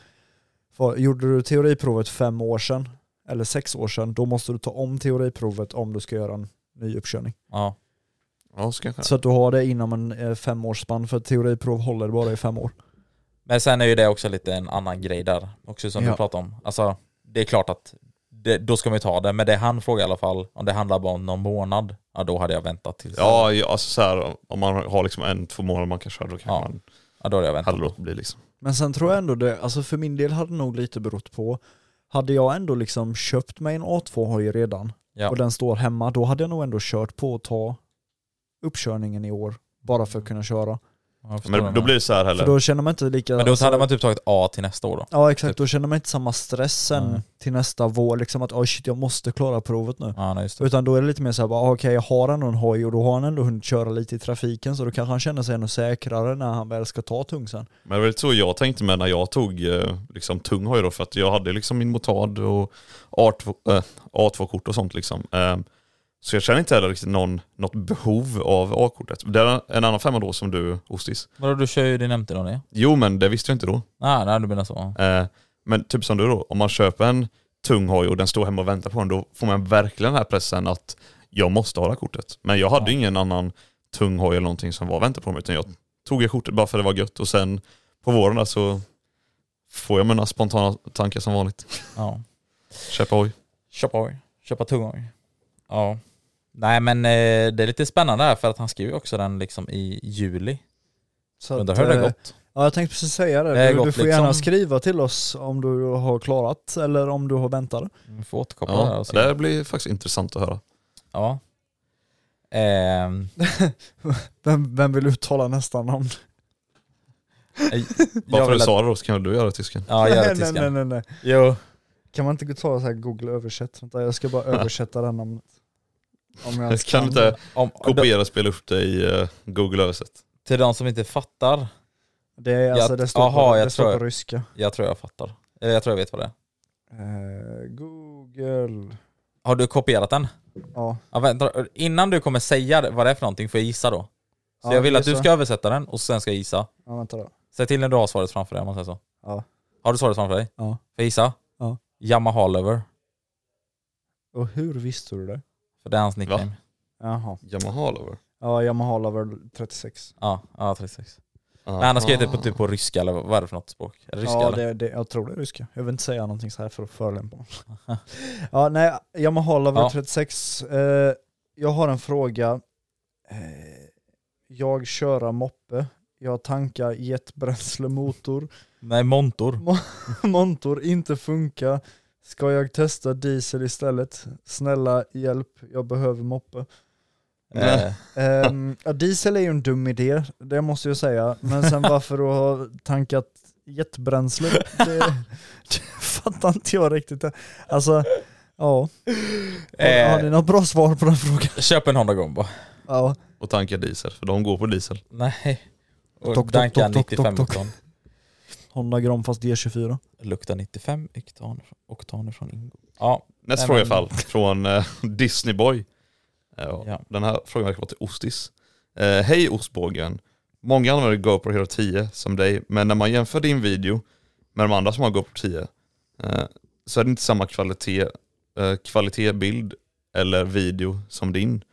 S3: För, gjorde du teoriprovet fem år sedan, eller sex år sedan, då måste du ta om teoriprovet om du ska göra en ny uppkörning.
S1: Ja.
S2: Ja, så kanske.
S3: Så att du har det inom en eh, femårsspann, för teoriprov håller bara i fem år.
S1: Men sen är ju det också lite en annan grej där, också som
S3: Ja.
S1: du pratade om. Alltså, det är klart att det, då ska man ju ta det, men det han frågar i alla fall, om det handlar bara om någon månad, ja då hade jag väntat tills...
S2: Ja, ja alltså så här, om man har liksom en, två månader man kan köra då kan
S1: Ja.
S2: man
S1: ja då hade jag väntat.
S2: hade låtit bli liksom.
S3: Men sen tror jag ändå det, alltså för min del hade det nog lite berott på, hade jag ändå liksom köpt mig en A2-hoj redan
S1: Ja.
S3: och den står hemma, då hade jag nog ändå kört på att ta uppkörningen i år, bara för att kunna köra.
S1: Ja, jag förstår
S2: Men
S1: vad
S2: då
S1: du
S2: blir det så här
S3: För
S2: heller.
S3: då känner man inte lika...
S1: menar. men då hade man typ tagit A till nästa år då.
S3: Ja exakt,
S1: typ.
S3: då känner man inte samma stressen
S1: Nej.
S3: till nästa vår, liksom att oh shit jag måste klara provet nu.
S1: Ja, nej, just det.
S3: Utan då är det lite mer såhär, "Ah, okej jag har ändå en hoj och då har han ändå hunnit köra lite i trafiken så då kanske han känner sig ännu säkrare när han väl ska ta tung sen.
S2: Men det var lite så jag tänkte med när jag tog eh, liksom, tung hoj då, för att jag hade liksom min motard och A2, eh, A2-kort och sånt liksom. Eh, så jag känner inte heller riktigt någon, något behov av A-kortet. Det är en annan femma då som du, Ostis.
S1: Vadå, du kör ju din MT då? Nej,
S2: Jo men det visste jag inte då.
S1: nej, nej du menar så.
S2: Eh, men typ som du då, om man köper en tung hoj och den står hemma och väntar på en, då får man verkligen den här pressen att jag måste ha det här kortet. Men jag hade
S1: Ja.
S2: ingen annan tung hoj eller någonting som var och väntade på mig, utan jag tog jag kortet bara för det var gött och sen på våren där så får jag mina spontana tankar som vanligt.
S1: Ja.
S2: Köpa hoj.
S1: Köpa hoj. Köpa tung hoj. Ja. Nej men eh, det är lite spännande här för att han skriver ju också den liksom i juli.
S3: Så
S1: Undrar hur det
S3: eh,
S1: har gått.
S3: Ja jag tänkte precis säga det,
S1: Det har
S3: du, du
S1: gått
S3: får gärna
S1: liksom-
S3: skriva till oss om du har klarat eller om du har väntat.
S1: Vi får återkoppla där
S2: Ja,
S1: och se.
S2: det här blir faktiskt intressant att höra.
S1: Ja. Ehm,
S3: Vem, vem vill uttala nästa namn?
S2: Bara
S1: jag
S2: för
S1: vill
S2: att du
S1: att-
S2: sa det då så kan du göra det tysken.
S1: Ja, jag är
S3: nej, nej,
S1: tysken.
S3: nej, nej.
S1: Jo.
S3: Kan man inte ta så här google översätt? Vänta, jag ska bara översätta det här namnet. Om jag
S2: Jag
S3: ens
S2: kan inte
S1: Om,
S2: kopiera och spela upp det i eh, Google översätt.
S1: till de som inte fattar.
S3: Det, är alltså,
S1: Jag-
S3: det står,
S1: aha,
S3: på, det
S1: jag
S3: står
S1: tror-
S3: på ryska.
S1: Jag tror jag fattar. Eller jag tror jag vet vad det är.
S3: Eh, Google.
S1: Har du kopierat den?
S3: Ja.
S1: Ja, vänta, innan du kommer säga det- vad det är för någonting får jag gissa då. Så
S3: Ja,
S1: jag vill att du
S3: gissa.
S1: ska översätta den och sen ska jag gissa.
S3: ja, vänta då.
S1: Säg till när du har svaret framför dig om man säger så.
S3: Ja.
S1: Har du svaret framför dig?
S3: Ja.
S1: Får jag gissa?
S3: Ja.
S1: Yamaha Lover.
S3: Och hur visste du det?
S1: För det är hans nickname.
S3: Jaha.
S2: Yamaha Lover.
S3: Ja, Yamaha Lover 36.
S1: Ja, ja 36. Nej, han har skrivit det på, typ på ryska eller vad är det för något språk? Är det ryska
S3: ja,
S1: eller?
S3: det, det, jag tror det är ryska. Jag vill inte säga någonting så här för att förolämpa honom. ja, nej, Yamaha Lover
S1: Ja.
S3: 36. Eh, jag har en fråga. Eh, jag köra moppe. Jag tankar jetbränslemotor.
S1: Nej, montor.
S3: Montor inte funka. Ska jag testa diesel istället? Snälla hjälp, jag behöver moppe.
S2: Nej.
S1: Eh,
S3: Ehm, ja, diesel är ju en dum idé, det måste jag säga. Men sen varför du har tankat jetbränsle, det, det fattar inte jag riktigt. Alltså, ja. Har, har ni
S2: Eh.
S3: något bra svar på den frågan?
S1: eh, Köp en Honda Gombo.
S3: Ja.
S2: Och tanka diesel, för de går på diesel.
S1: Nej. Och
S3: Tok, tok,
S1: Danka
S3: tok, tok,
S1: 95
S3: tok, tok.
S1: oktan.
S3: Honda Gram fast D24.
S1: Luktar 95 oktan, oktan från Ingo. Ja, Nej,
S2: Nästa fråga i
S1: men-
S2: fall från eh, Disney Boy. Eh,
S1: Ja.
S2: Den här frågan verkar vara till Ostis. Eh, Hej Ostbågen. Många använder GoPro Hero 10 som dig, men när man jämför din video med de andra som har GoPro 10 eh, så är det inte samma kvalitet, eh, kvalitet bild eller video som din.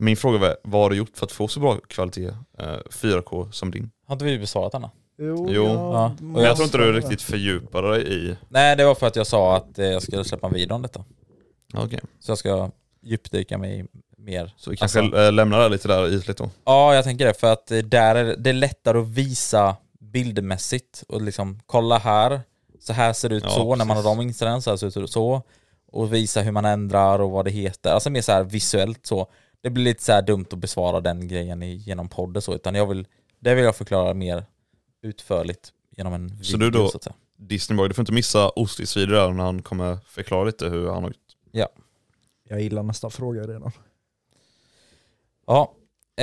S2: Min fråga var, vad har du gjort för att få så bra kvalitet eh, 4K som din?
S1: har inte vi besvarat denna?
S2: Jo.
S1: Ja.
S3: men
S2: Men jag tror inte du riktigt fördjupade dig i...
S1: Nej, det var för att jag sa att eh, jag skulle släppa en video om detta.
S2: Okej,
S1: Så jag ska djupdyka mig mer. Alltså,
S2: så vi kanske eh, lämnar det här lite där ytligt då.
S1: Ja, jag tänker det. För att eh, där är det är lättare att visa bildmässigt och liksom kolla här. Så här ser det ut
S2: Ja,
S1: så när man har
S2: precis.
S1: de inställningarna, så här ser det ut så. Och visa hur man ändrar och vad det heter. Alltså mer så här visuellt så. Det blir lite så här dumt att besvara den grejen i- genom podden så, utan jag vill, det vill jag förklara mer utförligt genom en video.
S2: du då-
S1: att säga.
S2: Disneyboy. Du får inte missa Ostis video där när han kommer förklara lite hur han har gjort.
S3: Jag gillar nästa fråga redan.
S1: Ja.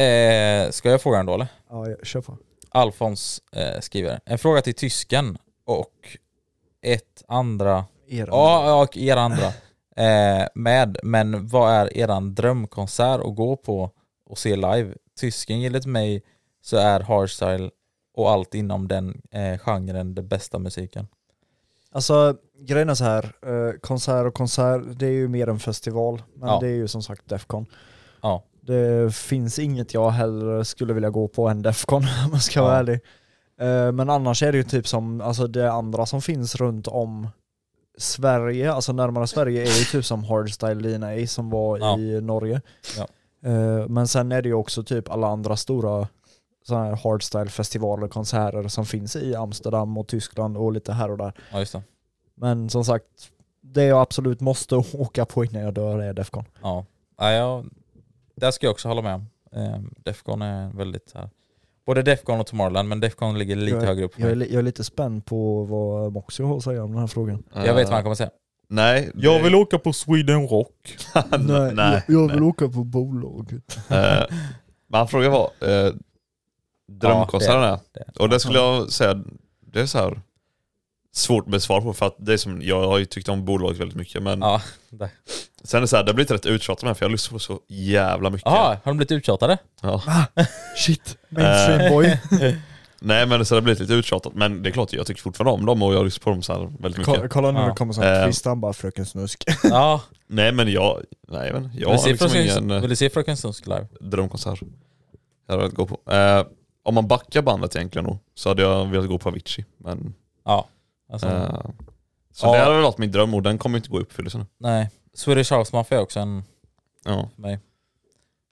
S1: Eh, ska jag fråga ändå eller?
S3: Ja, jag, kör på.
S1: Alfons eh, skriver, en fråga till tysken och ett andra,
S3: Era.
S1: ja ja, och er andra eh, med, men vad är eran drömkonsert att gå på och se live? Tysken enligt mig så är hardstyle och allt inom den eh, genren den bästa musiken.
S3: Alltså grejen är så här, eh, konsert och konsert, det är ju mer en festival. Men
S1: Ja.
S3: det är ju som sagt Defcon.
S1: Ja.
S3: Det finns inget jag hellre skulle vilja gå på än Defcon om jag ska vara
S1: Ja.
S3: ärlig. Eh, Men annars är det ju typ som, alltså det andra som finns runt om Sverige, alltså närmare Sverige är ju typ som Hardstyle Lina A som var
S1: Ja.
S3: i Norge.
S1: Ja.
S3: Eh, Men sen är det ju också typ alla andra stora sådana här hardstyle-festivaler, konserter som finns i Amsterdam och Tyskland och lite här och där.
S1: Ja, just det.
S3: Men som sagt, det jag absolut måste åka på innan jag dör är Defcon.
S1: Ja. Ja, jag, där ska jag också hålla med om. Ehm, Defcon är väldigt så här. Både Defcon och Tomorrowland, men Defcon ligger lite
S3: jag, är-
S1: högre upp.
S3: Jag är, li- jag är lite spänd på vad Moxie har att säga om den här frågan.
S1: Jag vet vad han kommer säga.
S2: Eh, Nej. det-
S1: åka på Sweden Rock.
S2: nej. nej.
S3: jag, jag vill åka på bolaget.
S2: Eh, Men han frågade vad eh, drömkonserten är.
S1: det är.
S2: Och det skulle jag säga, det är så här svårt med svar på för att det är som, jag har ju tyckt om bolaget väldigt mycket men
S1: Ja. där.
S2: sen är det så här, det har blivit rätt uttjatat med för jag har lyssnat på så jävla mycket.
S1: Jaha, har de blivit uttjatade?
S2: Ja.
S3: Shit, Eh, mainstream boy.
S2: Nej men så det har blivit lite uttjatat men det är klart jag tycker fortfarande om dem och jag har lyssnat på dem så här väldigt mycket.
S3: Ko- Kolla nu
S1: Ja.
S3: det kommer som
S2: Eh.
S3: Christian bara 'Fröken Snusk'
S1: Ja.
S2: Nej men jag, nej men jag
S1: vill, du
S2: har
S1: se
S2: liksom
S1: fröken,
S2: ingen eh,
S1: vill du se Fröken Snusk live?
S2: drömkonsert jag hade velat gå på. Eh, om man backar bandet egentligen nog så hade jag velat gå på Avicii men
S1: Ja. Alltså,
S2: Eh, Så
S1: Ja.
S2: det hade väl varit min dröm och den kommer inte gå i uppfyllelse nu.
S1: Nej. Swedish House Mafia är också en...
S2: Ja. Nej,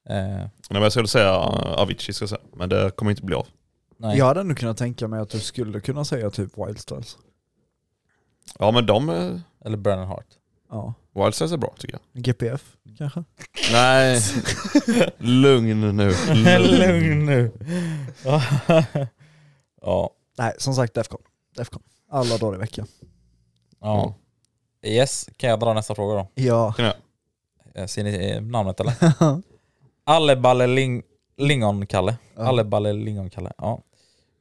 S1: Eh,
S2: men jag skulle säga eh, Avicii ska jag säga, men det kommer inte bli av.
S1: nej.
S3: Jag hade ändå kunnat tänka mig att du skulle kunna säga typ Wild Styles.
S2: Ja men de, eh,
S1: Eller Brennan Hart.
S3: Ja.
S2: Wild Styles är bra tycker jag.
S3: GPF kanske?
S2: Nej, lugn nu.
S1: Lugn nu. ja.
S3: Nej, som sagt Defcon. Defcon. Alla dagar i veckan.
S1: ja. Yes, kan jag dra nästa fråga då?
S3: Ja.
S1: Eh, Ser ni eh, namnet eller? Alleballe ling, Lingon-Kalle.
S3: Ja.
S1: Alleballe Lingon-Kalle. Ja.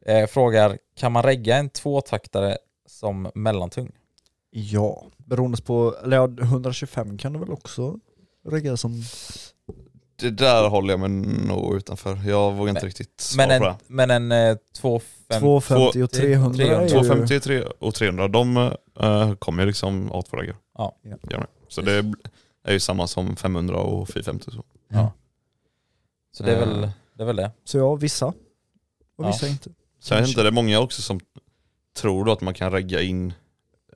S1: Eh, frågar, kan man regga en tvåtaktare som mellantung?
S3: Ja. Beroende på, eller ja, 125 kan du väl också regga som...
S2: Det där håller jag mig nog utanför. Jag vågar inte riktigt
S1: Men
S2: svara på
S1: en,
S2: det.
S1: men en eh, två fem...
S3: 250 och 300 är ju...
S2: 250 tre- och 300, de eh, kommer ju liksom att vara
S1: Ja.
S3: Ja.
S2: Gör de. Så det är ju samma som 500 och 450 så.
S1: Så det är, väl,
S2: Eh.
S1: det är väl det.
S3: Så ja, vissa. Och vissa
S1: Ja.
S3: inte.
S2: Sen vet jag inte, det är många också som tror då att man kan regga in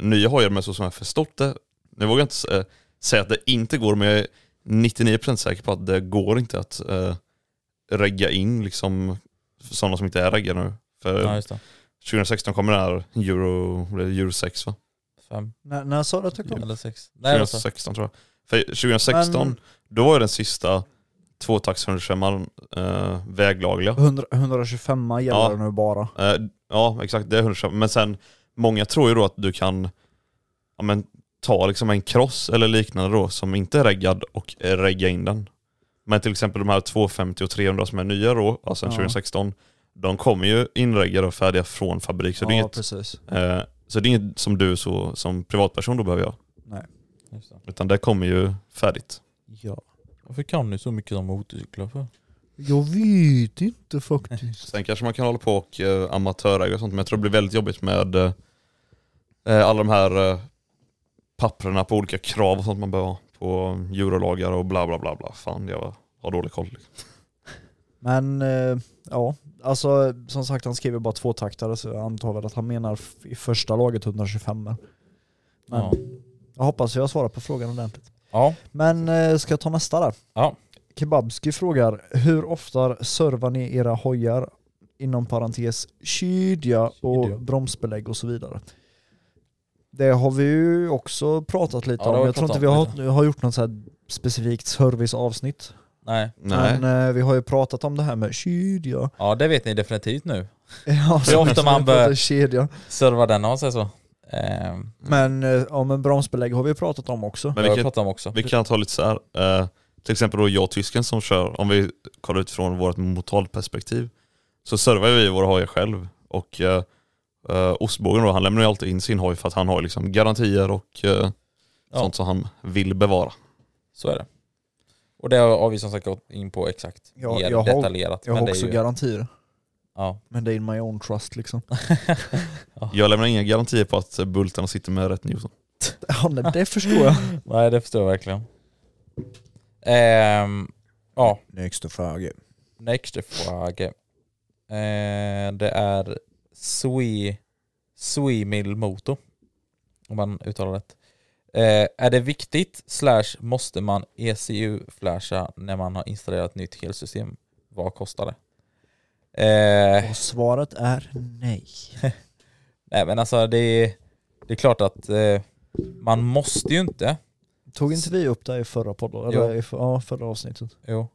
S2: nya hojar, men så som jag förstått det, nu vågar jag inte eh, säga att det inte går, men jag är 99% säker på att det går inte att eh, regga in liksom sådana som inte är reggade nu. För
S1: Ja, just det.
S2: 2016 kommer den här Euro, eller Euro 6 va?
S1: Fem
S3: När, när sa du att det kom?
S1: eller sex. Nej, alltså.
S2: 2016 tror jag. För 2016,
S3: Men-
S2: då var ju den sista tvåtakts 125 eh, väglagliga.
S3: 100, 125 gäller
S2: Ja.
S3: det nu bara.
S2: Eh, ja, exakt. Det är 100 Men sen, många tror ju då att du kan ja, men, ta liksom en cross eller liknande då som inte är reggad och eh, regga in den. Men till exempel de här 250 och 300 som är nya då, alltså
S3: Ja.
S2: 2016, de kommer ju inreggade och färdiga från fabrik. Så, det, är
S3: ja,
S2: inget,
S3: precis.
S2: eh, så det är inget som du så, som privatperson då behöver göra.
S1: Just det.
S2: Utan det kommer ju färdigt.
S3: Ja.
S1: Varför kan ni så mycket om motorcyklar för?
S3: Jag vet inte faktiskt.
S2: Sen kanske man kan hålla på och eh, amatöräga och sånt, men jag tror det blir väldigt jobbigt med eh, eh, alla de här eh, papperna på olika krav och sånt man behöver ha på eurolagar och bla bla bla bla. Fan, jag har dålig koll. liksom.
S3: Men eh, ja, alltså som sagt han skriver bara tvåtaktare så jag antar väl att han menar f- i första laget 125 Men
S1: Ja.
S3: jag hoppas jag svarar på frågan ordentligt.
S1: ja.
S3: Men eh, ska jag ta nästa där?
S1: Ja.
S3: Kebabski frågar, hur ofta servar ni era hojar inom parentes kedja och
S1: Kedja.
S3: bromsbelägg och så vidare? Det har vi ju också pratat
S1: Ja,
S3: lite
S1: det
S3: om.
S1: har vi
S3: Jag tror inte
S1: pratat
S3: vi
S1: om
S3: har, har gjort något så här specifikt serviceavsnitt.
S1: Nej.
S2: Nej.
S3: Men eh, vi har ju pratat om det här med kedja.
S1: Ja, det vet ni definitivt nu.
S3: Ja,
S1: Det är ofta
S3: som
S1: man
S3: vi pratar
S1: bör-
S3: kedja.
S1: Serva den om man säger så. Ehm,
S3: Men eh, ja, men bromsbelägg har vi pratat om också.
S2: Men
S1: det har jag
S2: vilket-
S1: pratat om också.
S2: Vi kan ta lite så här. Eh, till exempel då jag och tysken som kör, om vi kollar utifrån vårt motalperspektiv, så servar vi våra hojar själv. Och eh, eh, ostbågen då, han lämnar ju alltid in sin hoj för att han har liksom garantier och eh,
S1: Ja.
S2: sånt som han vill bevara.
S1: Så är det. Och det har vi som sagt gått in på exakt
S3: Ja,
S1: mer
S3: jag har-
S1: detaljerat.
S3: Jag har
S1: men det är
S3: också
S1: ju,
S3: garantier.
S1: Ja.
S3: Men det är in my own trust liksom.
S2: Jag lämnar inga garantier på att bultarna sitter med rätt Newton.
S3: ja, men det förstår jag.
S1: Nej, det förstår jag verkligen. Ehm, ja,
S3: Nästa fråga.
S1: nästa fråga. Eh, det är Sui, Suimil Moto, om man uttalar rätt. Eh, är det viktigt slash måste man E ECU-flasha när man har installerat ett nytt helsystem? Vad kostar det? Eh,
S4: Och svaret är nej.
S1: nej men alltså det är, det är klart att eh, man måste ju inte
S3: Tog inte vi upp det i förra podden? Eller i för, ja, förra avsnittet.
S1: Jo.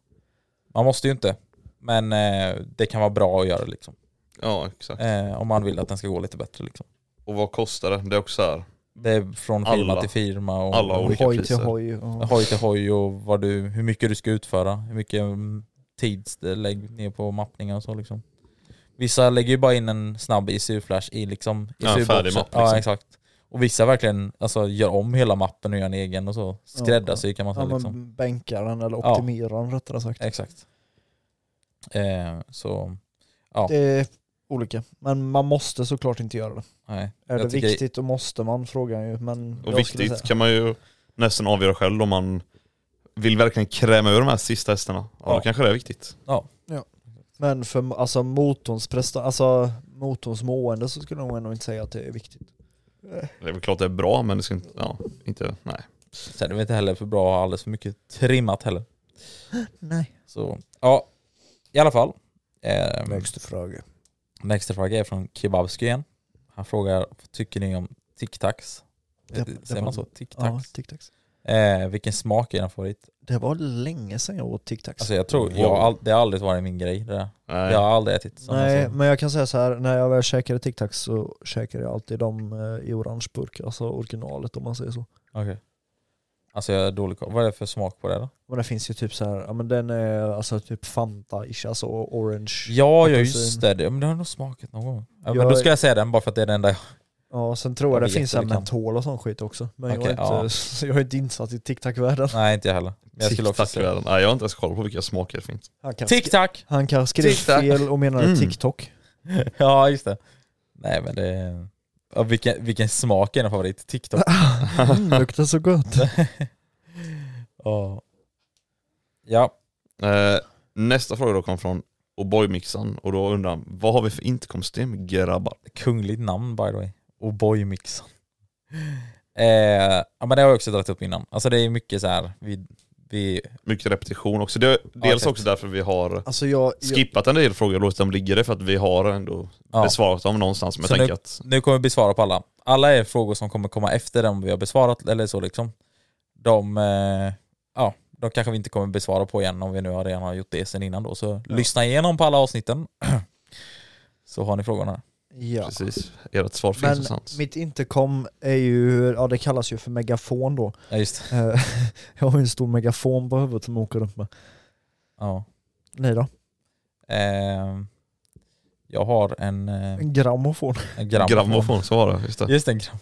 S1: Man måste ju inte. Men eh, det kan vara bra att göra liksom.
S2: Ja, exakt.
S1: Eh, om man vill att den ska gå lite bättre liksom.
S2: Och vad kostar det? Det är också här.
S1: Det är från firma
S2: Alla.
S1: till firma och
S2: Alla
S1: och
S2: olika
S3: Hoj till
S2: priser.
S3: hoj. Ja.
S1: hoj till hoj och vad du, hur mycket du ska utföra. Hur mycket mm, tid du lägger ner på mappningar och så liksom. Vissa lägger ju bara in en snabb ICU-flash i liksom
S2: Ja, en
S1: ICU
S2: färdig mapp, liksom.
S1: Ja exakt. Och vissa verkligen alltså, gör om hela mappen och gör en egen och så. Skräddarsy kan man säga
S3: Ja,
S1: liksom.
S3: man bänkar den eller
S1: Ja.
S3: optimerar den rättare sagt.
S1: Exakt. Eh, så, Ja.
S3: Det är olika. Men man måste såklart inte göra det.
S1: nej.
S3: Är
S1: Jag
S3: det
S1: tycker-
S3: viktigt då måste man frågar ju. Men
S2: Och
S3: jag skulle
S2: viktigt
S3: säga-
S2: kan man ju nästan avgöra själv om man vill verkligen kräma ur de här sista hästarna. Ja,
S1: Ja.
S2: då kanske det är viktigt.
S3: Men för alltså, motorns, presta, alltså, motorns mående så skulle jag nog ändå inte säga att det är viktigt.
S4: Eh,
S2: Det är väl klart det är bra, men det ska inte... Ja, inte nej.
S1: Sen är det inte heller för bra att ha alldeles för mycket trimmat heller.
S4: Nej.
S1: Så ja, i alla fall. Eh,
S3: Nästa fråga.
S1: nästa fråga är från Kebabsky igen. Han frågar, vad tycker ni om tic-tacs?
S3: Det-
S1: Eh,
S3: det
S1: Säger
S3: var-
S1: man så?
S3: Ja,
S1: Tic-tacs?
S3: tic-tacs.
S1: Eh, vilken smak är den favorit?
S3: Det var länge sedan jag åt tic-tacs.
S1: Alltså jag tror,
S2: Wow.
S1: jag, har all, det har aldrig varit min grej det där.
S2: nej.
S1: Jag har aldrig ätit sådana.
S3: Nej,
S1: så.
S3: men jag kan säga så här. när jag väl käkade tic-tacs så käkade jag alltid dem eh, i orange burk, alltså originalet om man säger så.
S1: Okej. Alltså jag är dålig koll. Vad är det för smak på det då?
S3: Men det finns ju typ så här, ja men den är alltså typ Fanta-ish, alltså orange.
S1: Ja, ja
S3: Apelsin.
S1: just det. Ja, Men det har jag nog smakat någon gång. Ja, men
S3: Jag-
S1: då ska jag säga den bara för att det är den enda jag...
S3: Ja, sen tror
S1: Jag
S3: jag det
S1: vet
S3: finns
S1: det,
S3: en
S1: det kan-
S3: mentol och sån skit också. Men
S1: Okej,
S3: jag, är inte, jag är inte insatt i tic-tac-världen.
S1: Nej, inte jag heller. Men jag skulle också
S2: Tic-tac
S1: säga...
S2: världen. Nej, jag har inte ens koll på vilka smaker det finns.
S3: Han kan,
S1: Tic-tac!
S3: han kan skrev
S2: Tic-tac.
S3: fel och menade
S2: Mm.
S3: TikTok.
S1: Ja, just det. Nej men det... Ja, vilken, vilken smak är din favorit? TikTok?
S3: Mm, luktar så gott.
S1: Ja. Ja,
S2: Eh, nästa fråga då kom från O'boy-mixan och då undrar han, vad har vi för inkomstsystem grabbar?
S1: kungligt namn by the way. O'boy mixen. Eh, ja men det har jag också dragit upp innan. Alltså det är mycket så här, vi, vi
S2: Mycket repetition också. Det är
S1: Ja, typ.
S2: dels
S1: exakt.
S2: också därför vi har
S3: Alltså jag, jag,
S2: skippat en del frågor och låtit dem ligga där för att vi har ändå
S1: ja.
S2: besvarat dem någonstans. Men
S1: Så
S2: jag tänker att
S1: nu kommer vi besvara på alla. Alla är frågor som kommer komma efter dem vi har besvarat eller så liksom. De, eh, ja, de kanske vi inte kommer besvara på igen om vi nu har redan har gjort det sen innan då. Så lyssna igenom på alla avsnitten. så har ni frågorna.
S3: ja.
S2: precis, ert svar finns
S3: Men
S2: någonstans.
S3: mitt intercom är ju, ja det kallas ju för megafon då.
S1: Ja just det.
S3: Eh, jag har ju en stor megafon på huvudet som jag åker runt med.
S1: Ja.
S3: Nej då,
S1: Eh, jag har en, eh,
S3: en grammofon.
S1: en grammofon.
S2: Grammofon, så var det. Just det.
S1: Just det, en gram.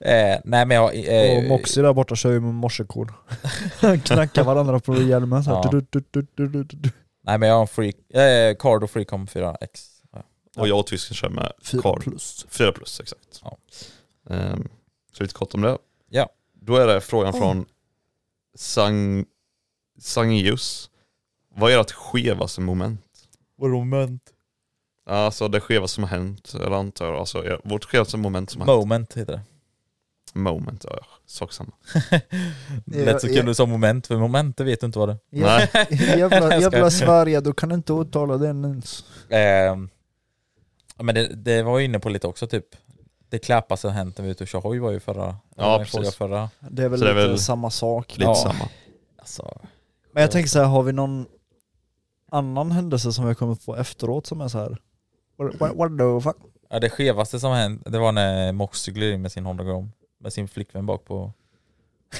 S1: Eh, nej men jag har...
S3: Och
S1: Eh,
S3: Moxie där borta kör ju med morsekod. Knackar varandra på hjälmen så här.
S1: Ja.
S3: Du, du, du, du, du, du.
S1: nej men jag har en free, eh, Cardo Freecom 4X. Ja.
S2: Och jag och tysken kör med
S3: Fyra
S2: Carl.
S3: plus.
S2: 4 plus, exakt.
S1: Ja.
S2: Ehm, så lite kort om det.
S1: Ja.
S2: Då är det frågan
S3: Oh.
S2: från Sang... Sangius. Vad är ert skevaste moment?
S1: Vad moment?
S2: Alltså det skevaste som har hänt, eller antar jag. Alltså er- vårt skevaste moment som har hänt.
S1: Moment heter det.
S2: Moment, ja. Sak samma.
S1: Lät så
S3: Ja,
S1: kul
S3: ja.
S1: du sa moment, för moment det vet du inte vad det
S2: Nej.
S3: Jävla,
S1: Jag
S3: jävla
S1: skojar.
S3: Sverige, du kan inte uttala den ens.
S1: är. Eh, men det, det var jag inne på lite också typ. Det klappas har hänt när vi är ute och kör hoj var ju förra.
S2: Ja,
S1: en
S2: precis.
S1: fråga förra.
S3: Det är väl
S2: Så det är
S3: lite
S2: väl
S3: samma sak.
S2: Lite
S1: Ja.
S2: samma.
S1: Alltså,
S3: Men jag tänker så här, har vi någon annan händelse som vi har kommit på efteråt som är så här? What, what, what the fuck?
S1: ja, det skevaste som har hänt, det var när Mox cyklade in med sin Honda Grom. Med sin flickvän bak på.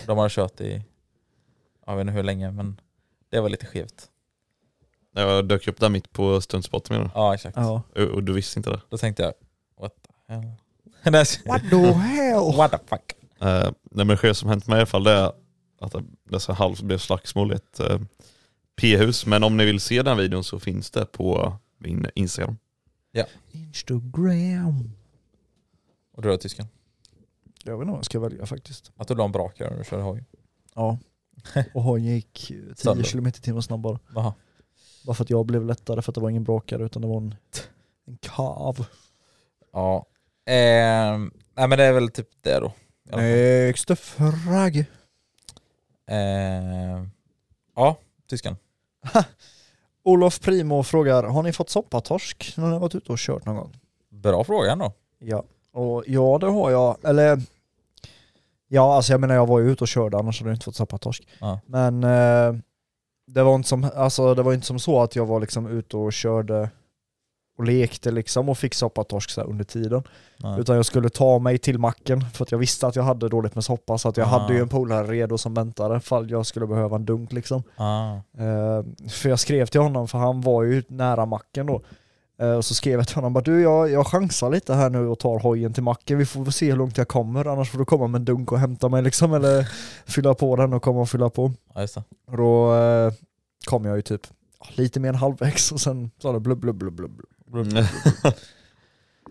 S1: De hade kört i, jag vet inte hur länge men det var lite skevt.
S2: Jag dök upp där mitt på stuntspotten menar
S1: Ja exakt.
S3: Ja.
S2: du? Och- Och du visste inte det?
S1: Då tänkte jag, what the hell? Nej,
S3: What the hell?
S1: what the fuck?
S2: Eh, nej men det sker som hänt mig i alla fall det är att det- det så halvt blev slagsmål i ett eh, p-hus. Men om ni vill se den videon så finns det på min Instagram.
S1: Ja.
S4: Instagram.
S1: Och du då tysken?
S3: Jag vet inte vad jag ska välja faktiskt.
S1: Att du la en brak där när du körde hoj?
S3: Ja. Och hon gick 10
S1: Sönder.
S3: km i timmen snabbare.
S1: Jaha.
S3: Bara för att jag blev lättare för att det var ingen brakare utan det var en, en kav.
S1: Ja. Ehm, nej men det är väl typ det då. i alla fall.
S3: Nästa frag.
S1: Ehm, ja, tysken.
S3: Olof Primo frågar, har ni fått soppatorsk när ni har varit ute och kört någon gång?
S1: Bra fråga ändå.
S3: Ja, och ja det har jag. Eller ja, alltså jag menar jag var ju ute och körde annars hade jag inte fått tappa torsk.
S1: Ja.
S3: Men eh, det var inte som, alltså det var inte som så att jag var liksom ute och körde och lekte liksom och fick soppa torsk så här under tiden.
S1: Nej.
S3: Utan jag skulle ta mig till macken för att jag visste att jag hade dåligt med soppa så att jag
S1: Ah.
S3: hade ju en polare redo som väntade fall jag skulle behöva en dunk liksom.
S1: Ah.
S3: Eh, för jag skrev till honom, för han var ju nära macken då. Eh, och så skrev jag till honom, bara, du jag, jag chansar lite här nu och tar hojen till macken, vi får väl se hur långt jag kommer, annars får du komma med en dunk och hämta mig liksom, eller fylla på den och komma och fylla på.
S1: Ja, just det.
S3: Och då eh, kom jag ju typ ja, lite mer än halvvägs och sen sa det blubb, blubb, blubb, blubb.
S2: Eh, men
S3: så att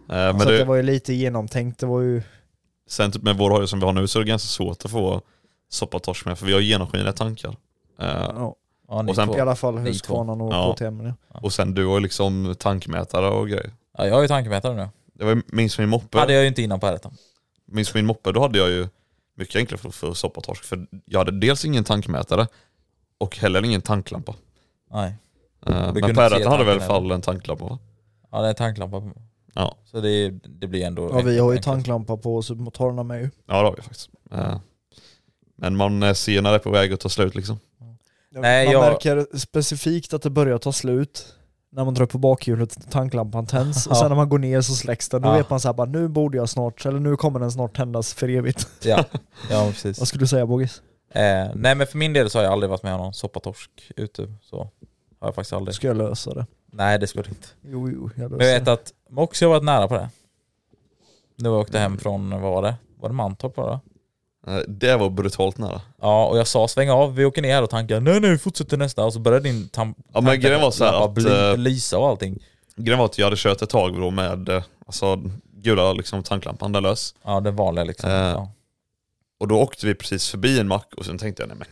S3: Alltså, det
S2: det,
S3: var ju lite genomtänkt, det var ju,
S2: sen typ med vår hoj som vi har nu så är det ganska svårt att få soppatorsk med för vi har genomskinliga tankar. Eh,
S3: ja,
S1: Ja, ni
S2: Och sen-
S1: två.
S3: i alla fall
S1: ni två.
S3: Husqvarnan och
S2: Ja.
S3: KTM. Ja.
S2: och sen du har ju liksom tankmätare och grejer.
S1: ja, jag har ju tankemätare nu.
S2: Det var ju, minns min moppe.
S1: Hade jag ju inte innan på r
S2: minns min moppe, då hade jag ju mycket enklare för, för soppatorsk. För jag hade dels ingen tankmätare och heller ingen tanklampa.
S1: Nej.
S2: Eh,
S1: Vi
S2: men
S1: kunde
S2: Per
S1: inte se
S2: Rätten hade väl i
S1: tanken
S2: alla fall en tanklampa va?
S1: Ja, det är tanklampa. på-
S2: Ja.
S1: Så det, det blir ändå...
S3: Ja, vi har ju
S1: enklast.
S3: tanklampa på supermotorerna med ju.
S2: Ja det har vi faktiskt. Eh, Men man eh, ser när det är på väg att ta slut liksom.
S1: Nej,
S3: man
S1: jag-
S3: märker specifikt att det börjar ta slut när man drar på bakhjulet, tanklampan tänds och
S1: Ja.
S3: sen när man går ner så släcks den. Då
S1: Ja.
S3: vet man så här, bara, nu borde jag snart, eller nu kommer den snart tändas för evigt.
S1: Ja, ja precis.
S3: Vad skulle du säga Bogis?
S1: Eh, nej men för min del så har jag aldrig varit med om någon soppatorsk ute. Så har jag faktiskt aldrig.
S3: Ska jag lösa det?
S1: Nej det skulle du inte.
S3: Jo, jo, jag löser
S1: Men jag vet
S3: det.
S1: att Moxie har varit nära på det. När jag åkte hem från, vad var det? Var det Mantorp bara?
S2: Eh, Det var brutalt nära.
S1: Ja och jag sa sväng av, vi åker ner här och tankar. Nej nej, vi fortsätter nästa. Och så började din tam-
S2: Ja, men grejen var så här
S1: tanklampa
S2: att,
S1: bly-
S2: eh,
S1: lysa och allting.
S2: Grejen var att jag hade kört ett tag då med eh, alltså, gula liksom, tanklampan där lös.
S1: Ja den vanliga liksom.
S2: Eh.
S1: ja.
S2: Och då åkte vi precis förbi en mack och sen tänkte jag nej men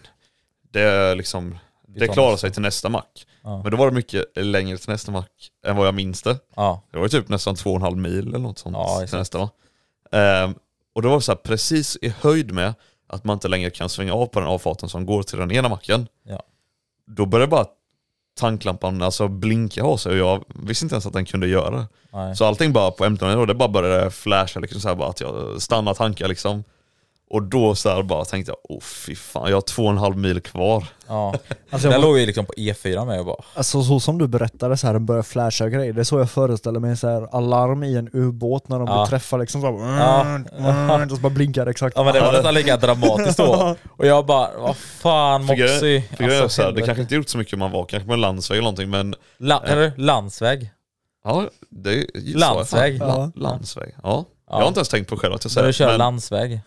S2: det, är liksom, det
S1: tar
S2: klarar
S1: nästa.
S2: sig till nästa mack.
S1: Ja.
S2: Men då var det mycket längre till nästa mack än vad jag minns det.
S1: Ja.
S2: Det var ju typ nästan två och en halv mil eller något sånt
S1: Ja,
S2: till
S1: exakt.
S2: nästa va? Ehm, och det var så här precis i höjd med att man inte längre kan svänga av på den avfarten som går till den ena macken.
S1: Ja.
S2: Då började bara tanklampan alltså blinka av sig och jag visste inte ens att den kunde göra det.
S1: Nej.
S2: Så allting bara på M-tonen och det bara började flasha liksom så här bara att jag stannar tankar liksom. Och då så här bara tänkte jag, åh fy fan, jag har två och en halv mil kvar.
S1: ja.
S3: Alltså, jag
S1: den
S3: var-
S1: låg ju liksom på E4 med och bara...
S3: Alltså så som du berättade så här, den börjar flasha grejer. Det är så jag föreställer mig så här, alarm i en ubåt när de
S1: Ja.
S3: blir träffade liksom. Så, här, mmm",
S1: Ja.
S3: och så bara blinkar det exakt.
S1: Ja men det var nästan lika dramatiskt då. Och jag bara, vad fan
S2: För grejen-
S1: Moxie. alltså
S2: för grejen är så här, det
S1: helvete.
S2: kanske inte gjort så mycket om man var kanske på en landsväg eller någonting men
S1: La- eller landsväg.
S2: Ja, det är ju så.
S1: Landsväg.
S2: Ja,
S1: Ja.
S2: Landsväg, ja. Jag har inte ens tänkt på själv att jag
S1: När
S2: säger
S1: du kör
S2: det. Men,
S1: landsväg.
S2: eh,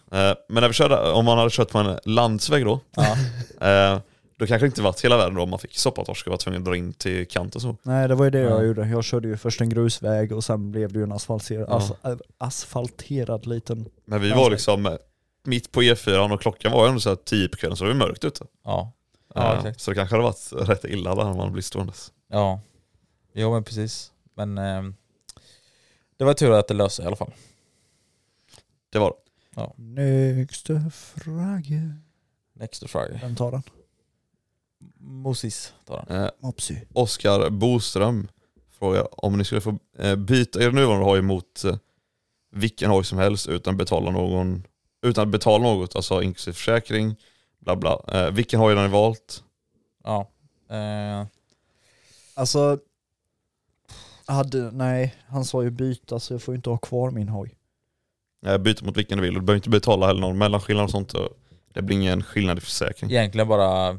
S2: men när vi körde, om man hade kört på en landsväg då,
S1: Ja.
S2: eh, då kanske det inte varit hela världen då om man fick soppatorsk och var tvungen att dra in till kant och så.
S3: Nej det var ju det jag
S1: Ja.
S3: gjorde. Jag körde ju först en grusväg och sen blev det ju en asfalterad, as, asfalterad liten
S2: Men vi var
S3: Landsväg.
S2: liksom eh, mitt på E4 och klockan var ju ändå så här 10 på kvällen så det var ju mörkt ute.
S1: Ja. Ja,
S2: Eh,
S1: exakt.
S2: så det kanske hade varit rätt illa där om man blir ståendes.
S1: Ja. Jo men precis. Men ehm, det var tur att det löste sig i alla fall.
S2: Det var det.
S3: Nästa frage.
S1: Next Friday.
S3: Vem tar den?
S1: Moses tar den.
S2: Eh,
S4: Mopsy.
S2: Oskar Boström frågar om ni skulle få eh, byta er nuvarande hoj mot eh, vilken hoj som helst utan att betala någon, utan att betala något, alltså inklusive försäkring, bla bla. Eh, vilken hoj har ni valt?
S1: Ja. Eh,
S3: Alltså, hade, nej han sa ju byta så jag får ju inte ha kvar min hoj.
S2: Eh, byta mot vilken du vill och du behöver inte betala heller någon mellanskillnad och sånt. Och det blir ingen skillnad i försäkring.
S1: egentligen bara...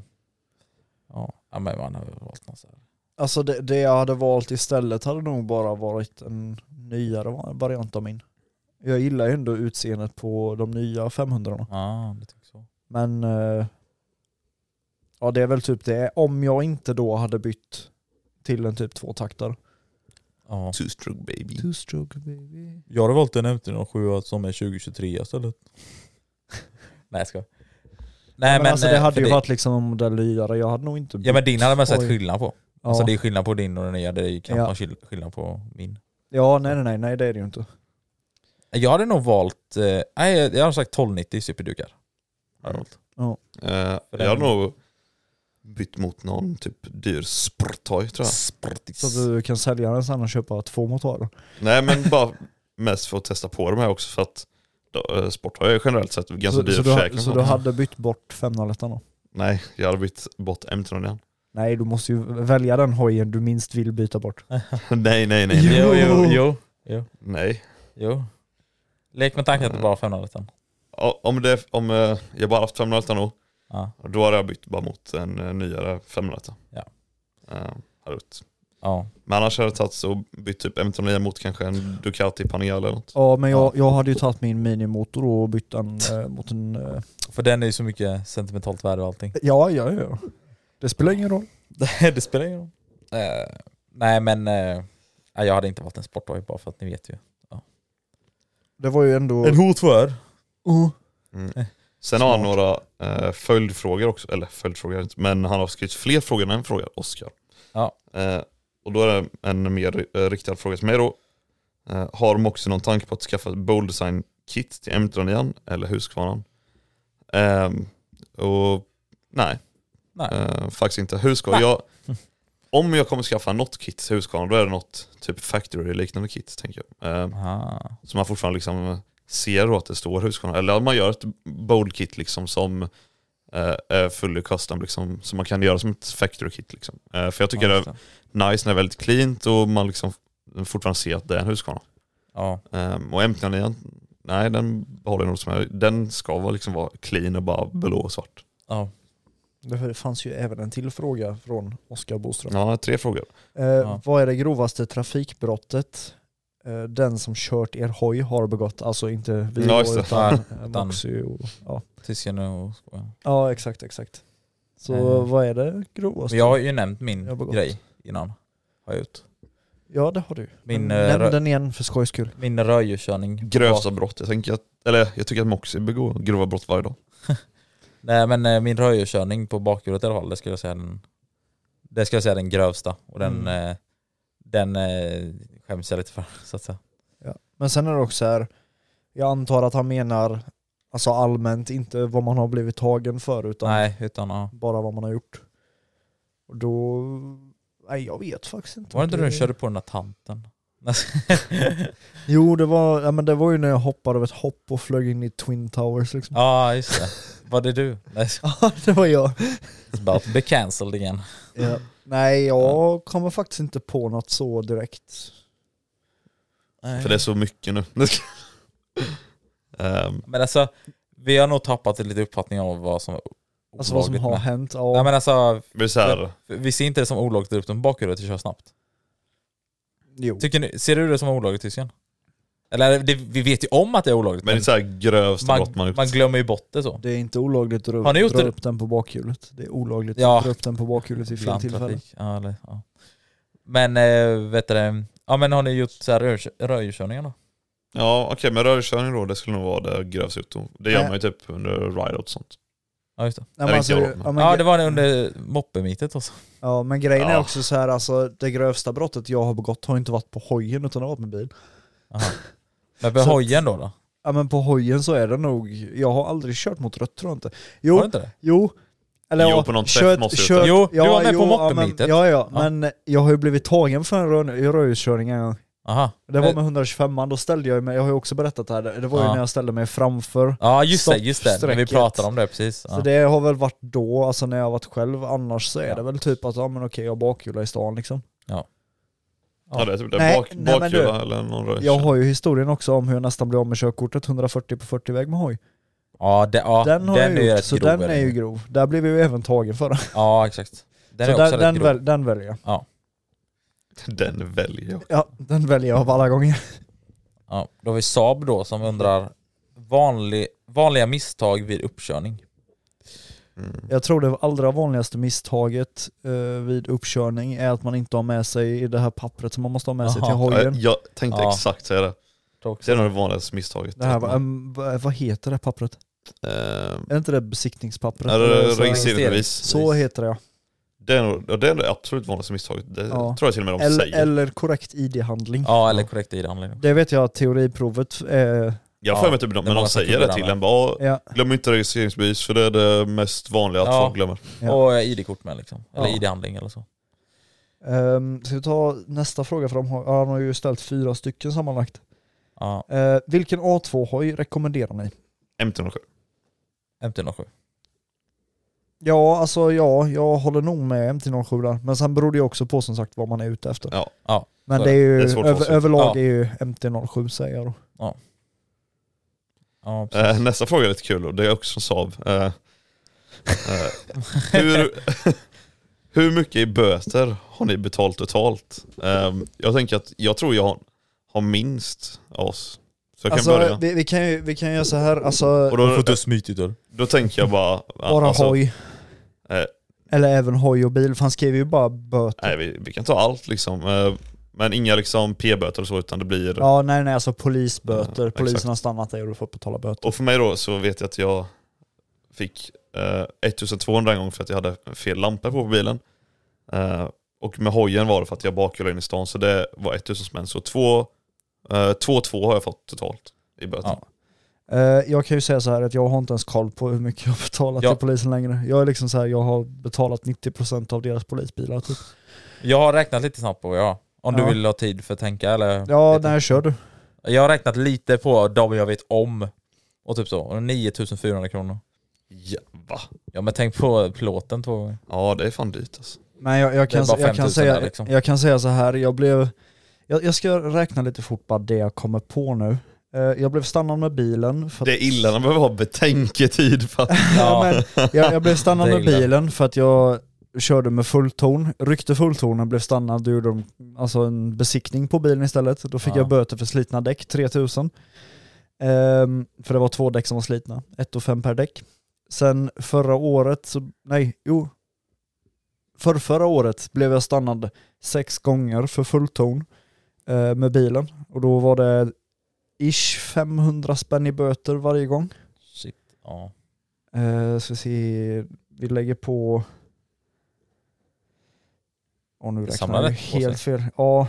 S1: Ja, ja men man har väl valt något så här.
S3: Alltså det, det jag hade valt istället hade nog bara varit en nyare va- variant av min. Jag gillar ju ändå utseendet på de nya 500
S1: Ja, det tycker jag så.
S3: men eh, ja det är väl typ det. Om jag inte då hade bytt till en typ tvåtaktare.
S1: Ja.
S2: Two-stroke baby.
S3: Two-stroke baby.
S1: Jag har valt en M307 som är 2023 istället. Nej jag skojar. Nej
S3: men, alltså det
S1: eh,
S3: hade
S1: för
S3: ju varit liksom en modell dyrare, jag hade nog inte
S1: Ja men din hade man sett
S3: Oj.
S1: skillnad på.
S3: Ja.
S1: Alltså det är skillnad på din och den nya, det är ju knappt
S3: Ja.
S1: någon skill- skillnad på min.
S3: Ja nej nej nej, nej det är det ju inte.
S1: Jag hade nog valt, eh, nej jag hade sagt 1290 superdukar. Har jag valt.
S3: Ja.
S2: Eh, jag har nog bytt mot någon typ dyr sporttoy tror jag.
S1: Sportis.
S3: Så att du kan sälja den sen och köpa två motorer.
S2: Nej men bara mest för att testa på de här också för att då, eh, sporttoy är generellt sett ganska
S3: Så,
S2: dyr
S3: så,
S2: försäkring.
S3: du,
S2: och
S3: så
S2: sånt.
S3: du hade bytt bort 501 då?
S2: Nej, jag hade bytt bort M3 igen.
S3: Nej du måste ju välja den hojen du minst vill byta bort.
S2: nej, nej, nej.
S3: Jo.
S2: nej.
S1: Jo jo jo. jo.
S2: nej.
S1: jo. Lek med tanken att det bara är 500 -ettan.
S2: O- Om, det, om eh, jag bara haft 500 nu,
S1: Ja.
S2: då hade jag bytt bara mot en eh, nyare 500.
S1: Ja.
S2: Eh, hade bytt.
S1: Ja.
S2: Men annars hade jag tagit och bytt typ M39 mot kanske en Ducati Panigale eller något.
S3: Ja men jag, jag hade ju tagit min minimotor och bytt den eh, mot en... Eh,
S1: För den är ju så mycket sentimentalt värde och allting.
S3: ja ja ja. Det spelar ingen roll.
S1: det spelar ingen roll. Eh, nej men, eh, nej, jag hade inte valt en sportboy bara för att ni vet ju.
S3: Det var ju ändå...
S1: hot för?
S3: Oh.
S2: Sen har han några eh, följdfrågor också, eller följdfrågor inte, men han har skrivit fler frågor än en fråga, Oskar.
S1: Ja.
S2: Eh, och då är det en mer eh, riktad fråga till mig då. Eh, har de också någon tanke på att skaffa ett Bold Design Kit till M39 eller Husqvarnan? Ehm, och nej,
S1: Nej.
S2: eh, faktiskt inte. Husqvarna, jag, om jag kommer skaffa något kit till Husqvarnan då är det något typ Factory-liknande kit tänker jag. Ehm,
S1: Aha.
S2: så man fortfarande liksom ser då att det står Husqvarna. Eller att man gör ett bold kit liksom som eh, är fully custom liksom. Så man kan göra som ett factory kit liksom. Eh, för jag tycker
S1: Ja,
S2: det
S1: just
S2: är nice när det är väldigt cleant och man liksom fortfarande ser att det är en Husqvarna.
S1: Ja,
S2: Um, och M39, nej den behåller jag nog som jag, den ska vara liksom vara clean och bara blå och svart.
S1: ja.
S3: Det fanns ju även en till fråga från Oskar Boström.
S2: Ja, tre frågor.
S3: Eh,
S1: Ja.
S3: Vad är det grovaste trafikbrottet eh, den som kört er hoj har begått? Alltså inte vi
S2: Ja,
S3: då,
S2: just det.
S3: utan
S1: Ja, utan-
S3: Maxi och... Ja.
S1: tysken och skoja.
S3: ja exakt, exakt. Så
S1: Eh.
S3: vad är det grovaste?
S1: Men jag har ju nämnt
S3: Jag har
S1: min
S3: begått.
S1: grej innan. Har jag gjort.
S3: Ja det har du.
S1: Min,
S3: Men
S1: eh,
S3: Nämn
S1: rö-
S3: den igen för skojs skull.
S1: Min rödljusskörning.
S2: Grövsta brott, jag tänker att, eller jag tycker att Moxie begår grova brott varje dag.
S1: Nej men eh, min rödljusskörning på bakhjulet i alla fall, det skulle jag säga är den, det skulle jag säga är den grövsta. Och den,
S3: Mm.
S1: eh, den eh, skäms jag lite för så att säga.
S3: Men sen är det också här, jag antar att han menar alltså allmänt, inte vad man har blivit tagen för utan
S1: Nej, utan ja.
S3: bara vad man har gjort. Och då... Nej jag vet faktiskt inte.
S1: Var det
S3: om
S1: inte du körde på den där tanten?
S3: Jo det var, ja, men det var ju när jag hoppade av ett hopp och flög in i Twin Towers liksom.
S1: Ja, just det. Var det du? Nej,
S3: Ja, det var jag.
S1: it's about to be cancelled igen.
S3: Nej, jag kommer faktiskt inte på något så direkt.
S2: För det är så mycket nu. Ehm,
S1: Men alltså, vi har nog tappat lite uppfattning om vad som är
S3: Alltså vad som
S1: olagligt
S3: har
S1: med-
S3: hänt. Ja.
S1: Nej men alltså,
S2: det är så här,
S1: vi ser inte det som olagligt att upp den bakhjulet och köra snabbt.
S3: jo.
S1: Tycker ni, ser du det som olagligt tysken? Eller det, vi vet ju om att det är olagligt
S2: Men det är så här grövsta brott man
S1: man,
S2: har gjort.
S1: man glömmer ju bort det så.
S3: Det är inte olagligt att dra,
S1: Har ni gjort
S3: dra
S1: det?
S3: upp den på bakhjulet. Det är olagligt
S1: Ja.
S3: att dra upp den på bakhjulet i fel
S1: Ibland
S3: tillfälle.
S1: trafik. Ja, eller, ja. Men eh, vet du det, ja men har ni gjort så här rör- rödljuskörningar då?
S2: Ja okej men rörelsekörning då, det skulle nog vara det grövsta gjort då. Det gör
S3: Nej.
S2: man ju typ under ride-out och sånt.
S1: Ja just det.
S3: Nej,
S2: Eller
S3: men alltså,
S2: inte
S3: ja,
S2: jag.
S3: men,
S1: Ja
S3: gre-
S1: det var det under moppemitet också.
S3: ja, men grejen är
S2: Ja.
S3: också så här, alltså det grövsta brottet jag har begått har inte varit på hojen utan det har varit med bil.
S1: Aha. Men med
S3: Så-
S1: hojen då? då?
S3: Ja men på hojen så är det nog, jag har aldrig kört mot rött tror jag inte. Jo,
S1: Har du inte det?
S3: Jo.
S2: Jo,
S3: ja,
S2: på något sätt måste du
S3: kört,
S1: ta- Jo, du var med på
S3: ja, men-
S1: moppemeetet.
S3: Ja, ja,
S1: Ja.
S3: men jag har ju blivit tagen för en rö- rödljuskörning en gång.
S1: Aha. Eh,
S3: Det var med 125an, då ställde jag mig, jag har ju också berättat det här, det var ju
S1: Ja.
S3: när jag ställde mig framför.
S1: Ja just det, just det. När vi
S3: Stoppsträcket.
S1: pratade om det precis.
S3: Så
S1: Ja.
S3: det har väl varit då, alltså när jag har varit själv, annars så är
S1: Ja.
S3: det väl typ att, ja men okej jag bakhjular i stan liksom.
S2: Ja, det är typ det.
S3: Nej,
S2: Bak,
S3: nej, men
S2: bakhjula eller någon
S3: Jag
S2: rörelsekörning.
S3: har ju historien också om hur jag nästan blev av med körkortet 140 på 40 väg med hoj.
S1: Ja, det, ja
S3: den har jag
S1: ju
S3: gjort,
S1: rätt
S3: så
S1: grov,
S3: den är
S1: eller?
S3: ju grov. Där blev jag ju även tagen för den.
S1: Ja exakt. Den är
S3: så
S1: också
S3: den,
S1: rätt
S3: den,
S1: grov.
S3: väl, den väljer jag.
S2: Den väljer jag.
S3: Ja, den väljer jag av alla gånger.
S1: Ja, då har vi Saab då som undrar vanlig, vanliga misstag vid uppkörning.
S2: Mm.
S3: Jag tror det allra vanligaste misstaget eh, vid uppkörning är att man inte har med sig det här pappret som man måste ha med sig till
S2: jag,
S3: hojen.
S2: jag tänkte
S1: Ja.
S2: exakt säga det. Det är nog det vanligaste misstaget.
S3: Det här, var- em, vad vad heter det pappret?
S2: Eh,
S3: Är inte det besiktningspappret?
S2: är
S3: Eller
S2: det
S3: så-
S2: registreringsbevis?
S3: Så heter det ja.
S2: Det är nog ja, det, är det absolut vanligaste misstaget. Det
S3: Ja.
S2: tror jag till och med de
S3: Eller,
S2: säger.
S3: eller korrekt ID-handling.
S1: Ja, eller korrekt ID-handling.
S3: Det vet jag att teoriprovet är...
S2: jag får
S1: ja,
S2: mig typ de,
S1: det är
S2: men de
S1: många som
S2: säger
S1: tror
S2: det till
S1: det,
S2: en. Bara, "Åh,
S3: Ja,
S2: Glöm inte registreringsbevis för det är det mest vanliga att
S1: Ja.
S2: folk glömmer.
S3: Ja.
S1: Och eh, ID-kort med liksom. Eller
S3: Ja.
S1: ID-handling eller så.
S3: Ehm, ska vi ta nästa fråga? För de har, ja, de har ju ställt fyra stycken sammanlagt.
S1: Ja,
S3: Eh, vilken A2-hoj rekommenderar ni?
S2: MT-07.
S1: MT-07.
S3: Ja, alltså ja, jag håller nog med MT-07 där. Men sen beror det ju också på som sagt vad man är ute efter.
S2: Ja.
S1: Ja.
S3: Men
S1: så
S3: det är
S1: är
S3: ju,
S2: Det är svårt för
S3: över,
S2: oss.
S3: överlag
S1: Ja.
S3: är ju MT-07 säger jag då.
S1: Ja, precis.
S2: Eh, nästa fråga är lite kul och det är också Saab. Eh, eh, hur, hur mycket i böter har ni betalt totalt? Eh, jag tänker att jag tror jag har, har minst av oss. Så jag kan
S3: Alltså
S2: börja.
S3: vi, vi, kan ju, vi kan göra så här, alltså
S2: Och då,
S1: smytit ur.
S2: då tänker jag bara...
S3: bara
S2: alltså,
S3: hoj.
S2: eh,
S3: Eller även hoj och bil, för han skrev ju bara böter.
S2: nej, vi, vi kan ta allt liksom. Eh, men inga liksom p-böter och så utan det blir...
S3: Ja, nej nej alltså polisböter.
S2: Ja,
S3: Polisen
S2: exakt.
S3: har stannat dig och du får betala böter.
S2: Och för mig då så vet jag att jag fick eh, 1200 en gång för att jag hade fel lampa på, på bilen. Eh, och med hojen var det för att jag bakhjulade in i stan så det var 1000 spänn. Så 2-2 har jag fått totalt i böter.
S1: Ja.
S3: Eh, jag kan ju säga så här att jag har inte ens koll på hur mycket jag har betalat
S1: Ja.
S3: till polisen längre. Jag är liksom så här, jag har betalat 90% av deras polisbilar typ.
S1: Jag har räknat lite snabbt på ja. Om
S3: Ja.
S1: du vill ha tid för att tänka eller?
S3: Ja,
S1: Vet
S3: när
S1: inte.
S3: jag körde.
S1: Jag har räknat lite på de jag vet om. Och typ så. Och 9400 kronor.
S2: Ja, va?
S1: Ja men tänk på plåten två gånger.
S2: Ja det är fan dyrt alltså.
S3: Men jag, jag,
S1: Det är
S3: kan,
S1: bara 5 000
S3: jag, kan säga,
S1: där, liksom.
S3: jag kan säga så här, jag blev... Jag, jag ska räkna lite fort bara det jag kommer på nu. Eh, jag blev stannad med bilen för att...
S2: Det är illa när man behöver ha betänketid för att...
S3: Ja, men jag, jag blev stannad
S1: Det är
S3: med
S1: illa.
S3: bilen för att jag körde med fullton, ryckte fulltonen, blev stannad och gjorde de, alltså en besiktning på bilen istället. Då fick
S1: Ja.
S3: jag böter för slitna däck, 3000. Ehm, för det var två däck som var slitna, 1 och 5 per däck. Sen förra året, så, nej, jo. För förra året blev jag stannad sex gånger för fullton eh, med bilen. Och då var det ish 500 spänn i böter varje gång.
S1: Shit. Ja.
S3: Uh, ska vi se, vi lägger på... Åh nu
S1: Det
S3: räknar
S1: samlar
S3: jag
S1: rätt på
S3: helt fel. Ja,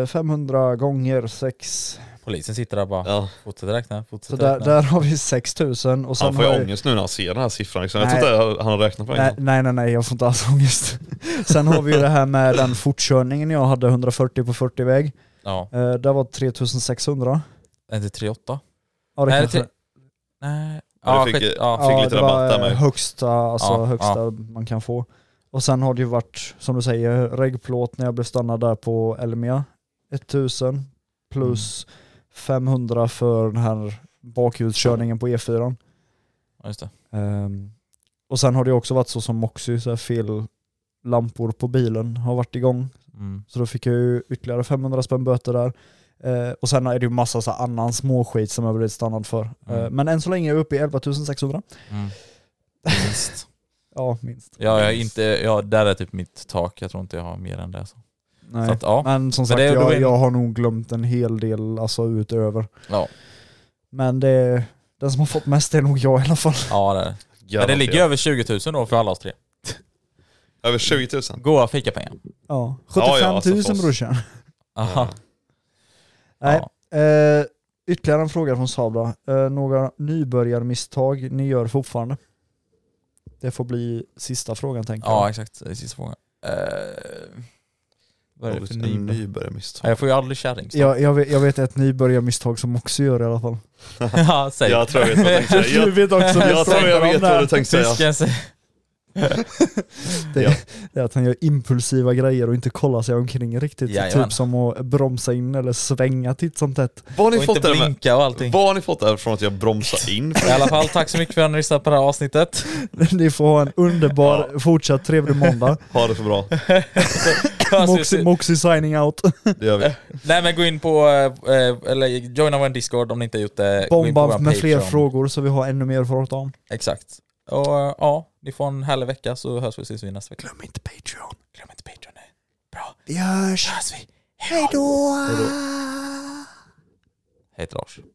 S3: eh, 500 gånger 6.
S1: Polisen sitter där och bara,
S2: Ja.
S1: fortsätt räkna,
S3: Så
S1: fortsätt
S3: där,
S1: räkna.
S3: där har vi 6000 och sen
S2: Han får ju
S3: har jag-
S2: ångest nu när han ser den här siffran. Liksom. Jag
S3: Nej.
S2: tror inte han har räknat på den.
S3: Nej, nej, nej, nej, jag får inte alls ångest. Sen har vi ju det här med den fortkörningen jag hade, 140 på 40-väg.
S1: Ja.
S3: Eh, där var 3600.
S1: Är det 38?
S3: Ja, det
S1: Nej, det är
S3: kanske...
S1: tre- Nej.
S2: Ja,
S1: Ja,
S2: du
S1: skit,
S2: fick- eh,
S1: ja.
S2: fick lite
S3: det
S2: rabatt där
S3: var eh,
S2: med.
S3: högsta, alltså
S1: Ja,
S3: högsta man kan få. Och sen har det ju varit, som du säger, reggplåt när jag blev stannad där på Elmia. 1000 plus
S1: Mm.
S3: 500 för den här bakhjulskörningen på E4.
S1: ja, just det.
S3: Ehm, och sen har det ju också varit så som Moxie, så här fel lampor på bilen har varit igång.
S1: Mm.
S3: Så då fick jag ju ytterligare 500 spänn böter där. Eh, och sen är det ju massa så här annan småskit som jag blivit stannad för.
S1: Mm.
S3: Eh, men än så länge är jag uppe i 11 600.
S1: Mm. Minst.
S3: Ja, minst.
S1: Ja, jag är inte, ja, där är typ mitt tak. Jag tror inte jag har mer än det. Alltså.
S3: Nej.
S1: Så att, ja.
S3: Men som
S1: Men
S3: sagt,
S1: det är- då
S3: jag,
S1: är-
S3: jag har nog glömt en hel del alltså, utöver.
S1: Ja.
S3: Men det är, den som har fått mest är nog jag i alla fall.
S1: Ja, det är det. Men det
S2: Garanterat.
S1: ligger över 20 000 då för alla oss tre.
S2: Över 20 000.
S1: Goa fikapengar.
S3: Ja.
S2: Ja,
S3: 75
S2: ja,
S3: 000
S2: alltså, för oss.
S3: brorsan.
S1: Aha.
S3: Nej.
S1: Ja.
S3: Eh, ytterligare en fråga från Saab då. eh, Några nybörjarmisstag ni gör fortfarande? Det får bli sista frågan tänker
S1: ja,
S3: jag.
S1: exakt. Det är Sista frågan. Eh, vad är det
S2: Något-
S1: för
S2: en
S1: nybörjare?
S2: nybörjarmisstag.
S1: Jag får ju aldrig kärring. så.
S3: Jag, jag, vet, jag vet ett nybörjarmisstag som också gör i alla fall.
S1: ja, säg.
S2: Jag tror jag vet vad jag tänkte säga.
S3: Du
S2: Jag,
S3: vet också vad
S2: jag tror jag
S3: pratar om
S2: vet
S3: där.
S2: vad du tänkte säga.
S1: Fisken säger...
S3: Det,
S2: Ja.
S3: det är att han gör impulsiva grejer och inte kollar sig omkring riktigt.
S1: Jajamän.
S3: Typ som att bromsa in eller svänga titt som tätt.
S2: Var har
S1: Och
S2: ni fått
S1: inte
S2: det med?
S1: blinka och allting.
S2: Vad har ni fått där från att jag bromsar in?
S1: I alla fall, tack så mycket för att ni lyssnade på det här avsnittet.
S3: Ni får ha en underbar, fortsatt trevlig
S1: Alltså,
S3: måndag.
S2: Ha det så bra.
S3: Moxie, Moxie signing out.
S2: Det gör vi.
S1: Nej men gå in på, eh, eh, eller joina vår Discord om ni inte har gjort det. Gå in på
S3: Bomba
S1: vår
S3: med fler
S1: Patreon.
S3: frågor så vi har ännu mer att prata om.
S1: Exakt. Och eh, ja, ni får en härlig vecka så hörs vi och ses vi nästa vecka. Glöm inte Patreon. Glöm inte Patreon. Nej. Bra. Vi hörs. hörs vi. Hej då. Hej då. Hej Lars.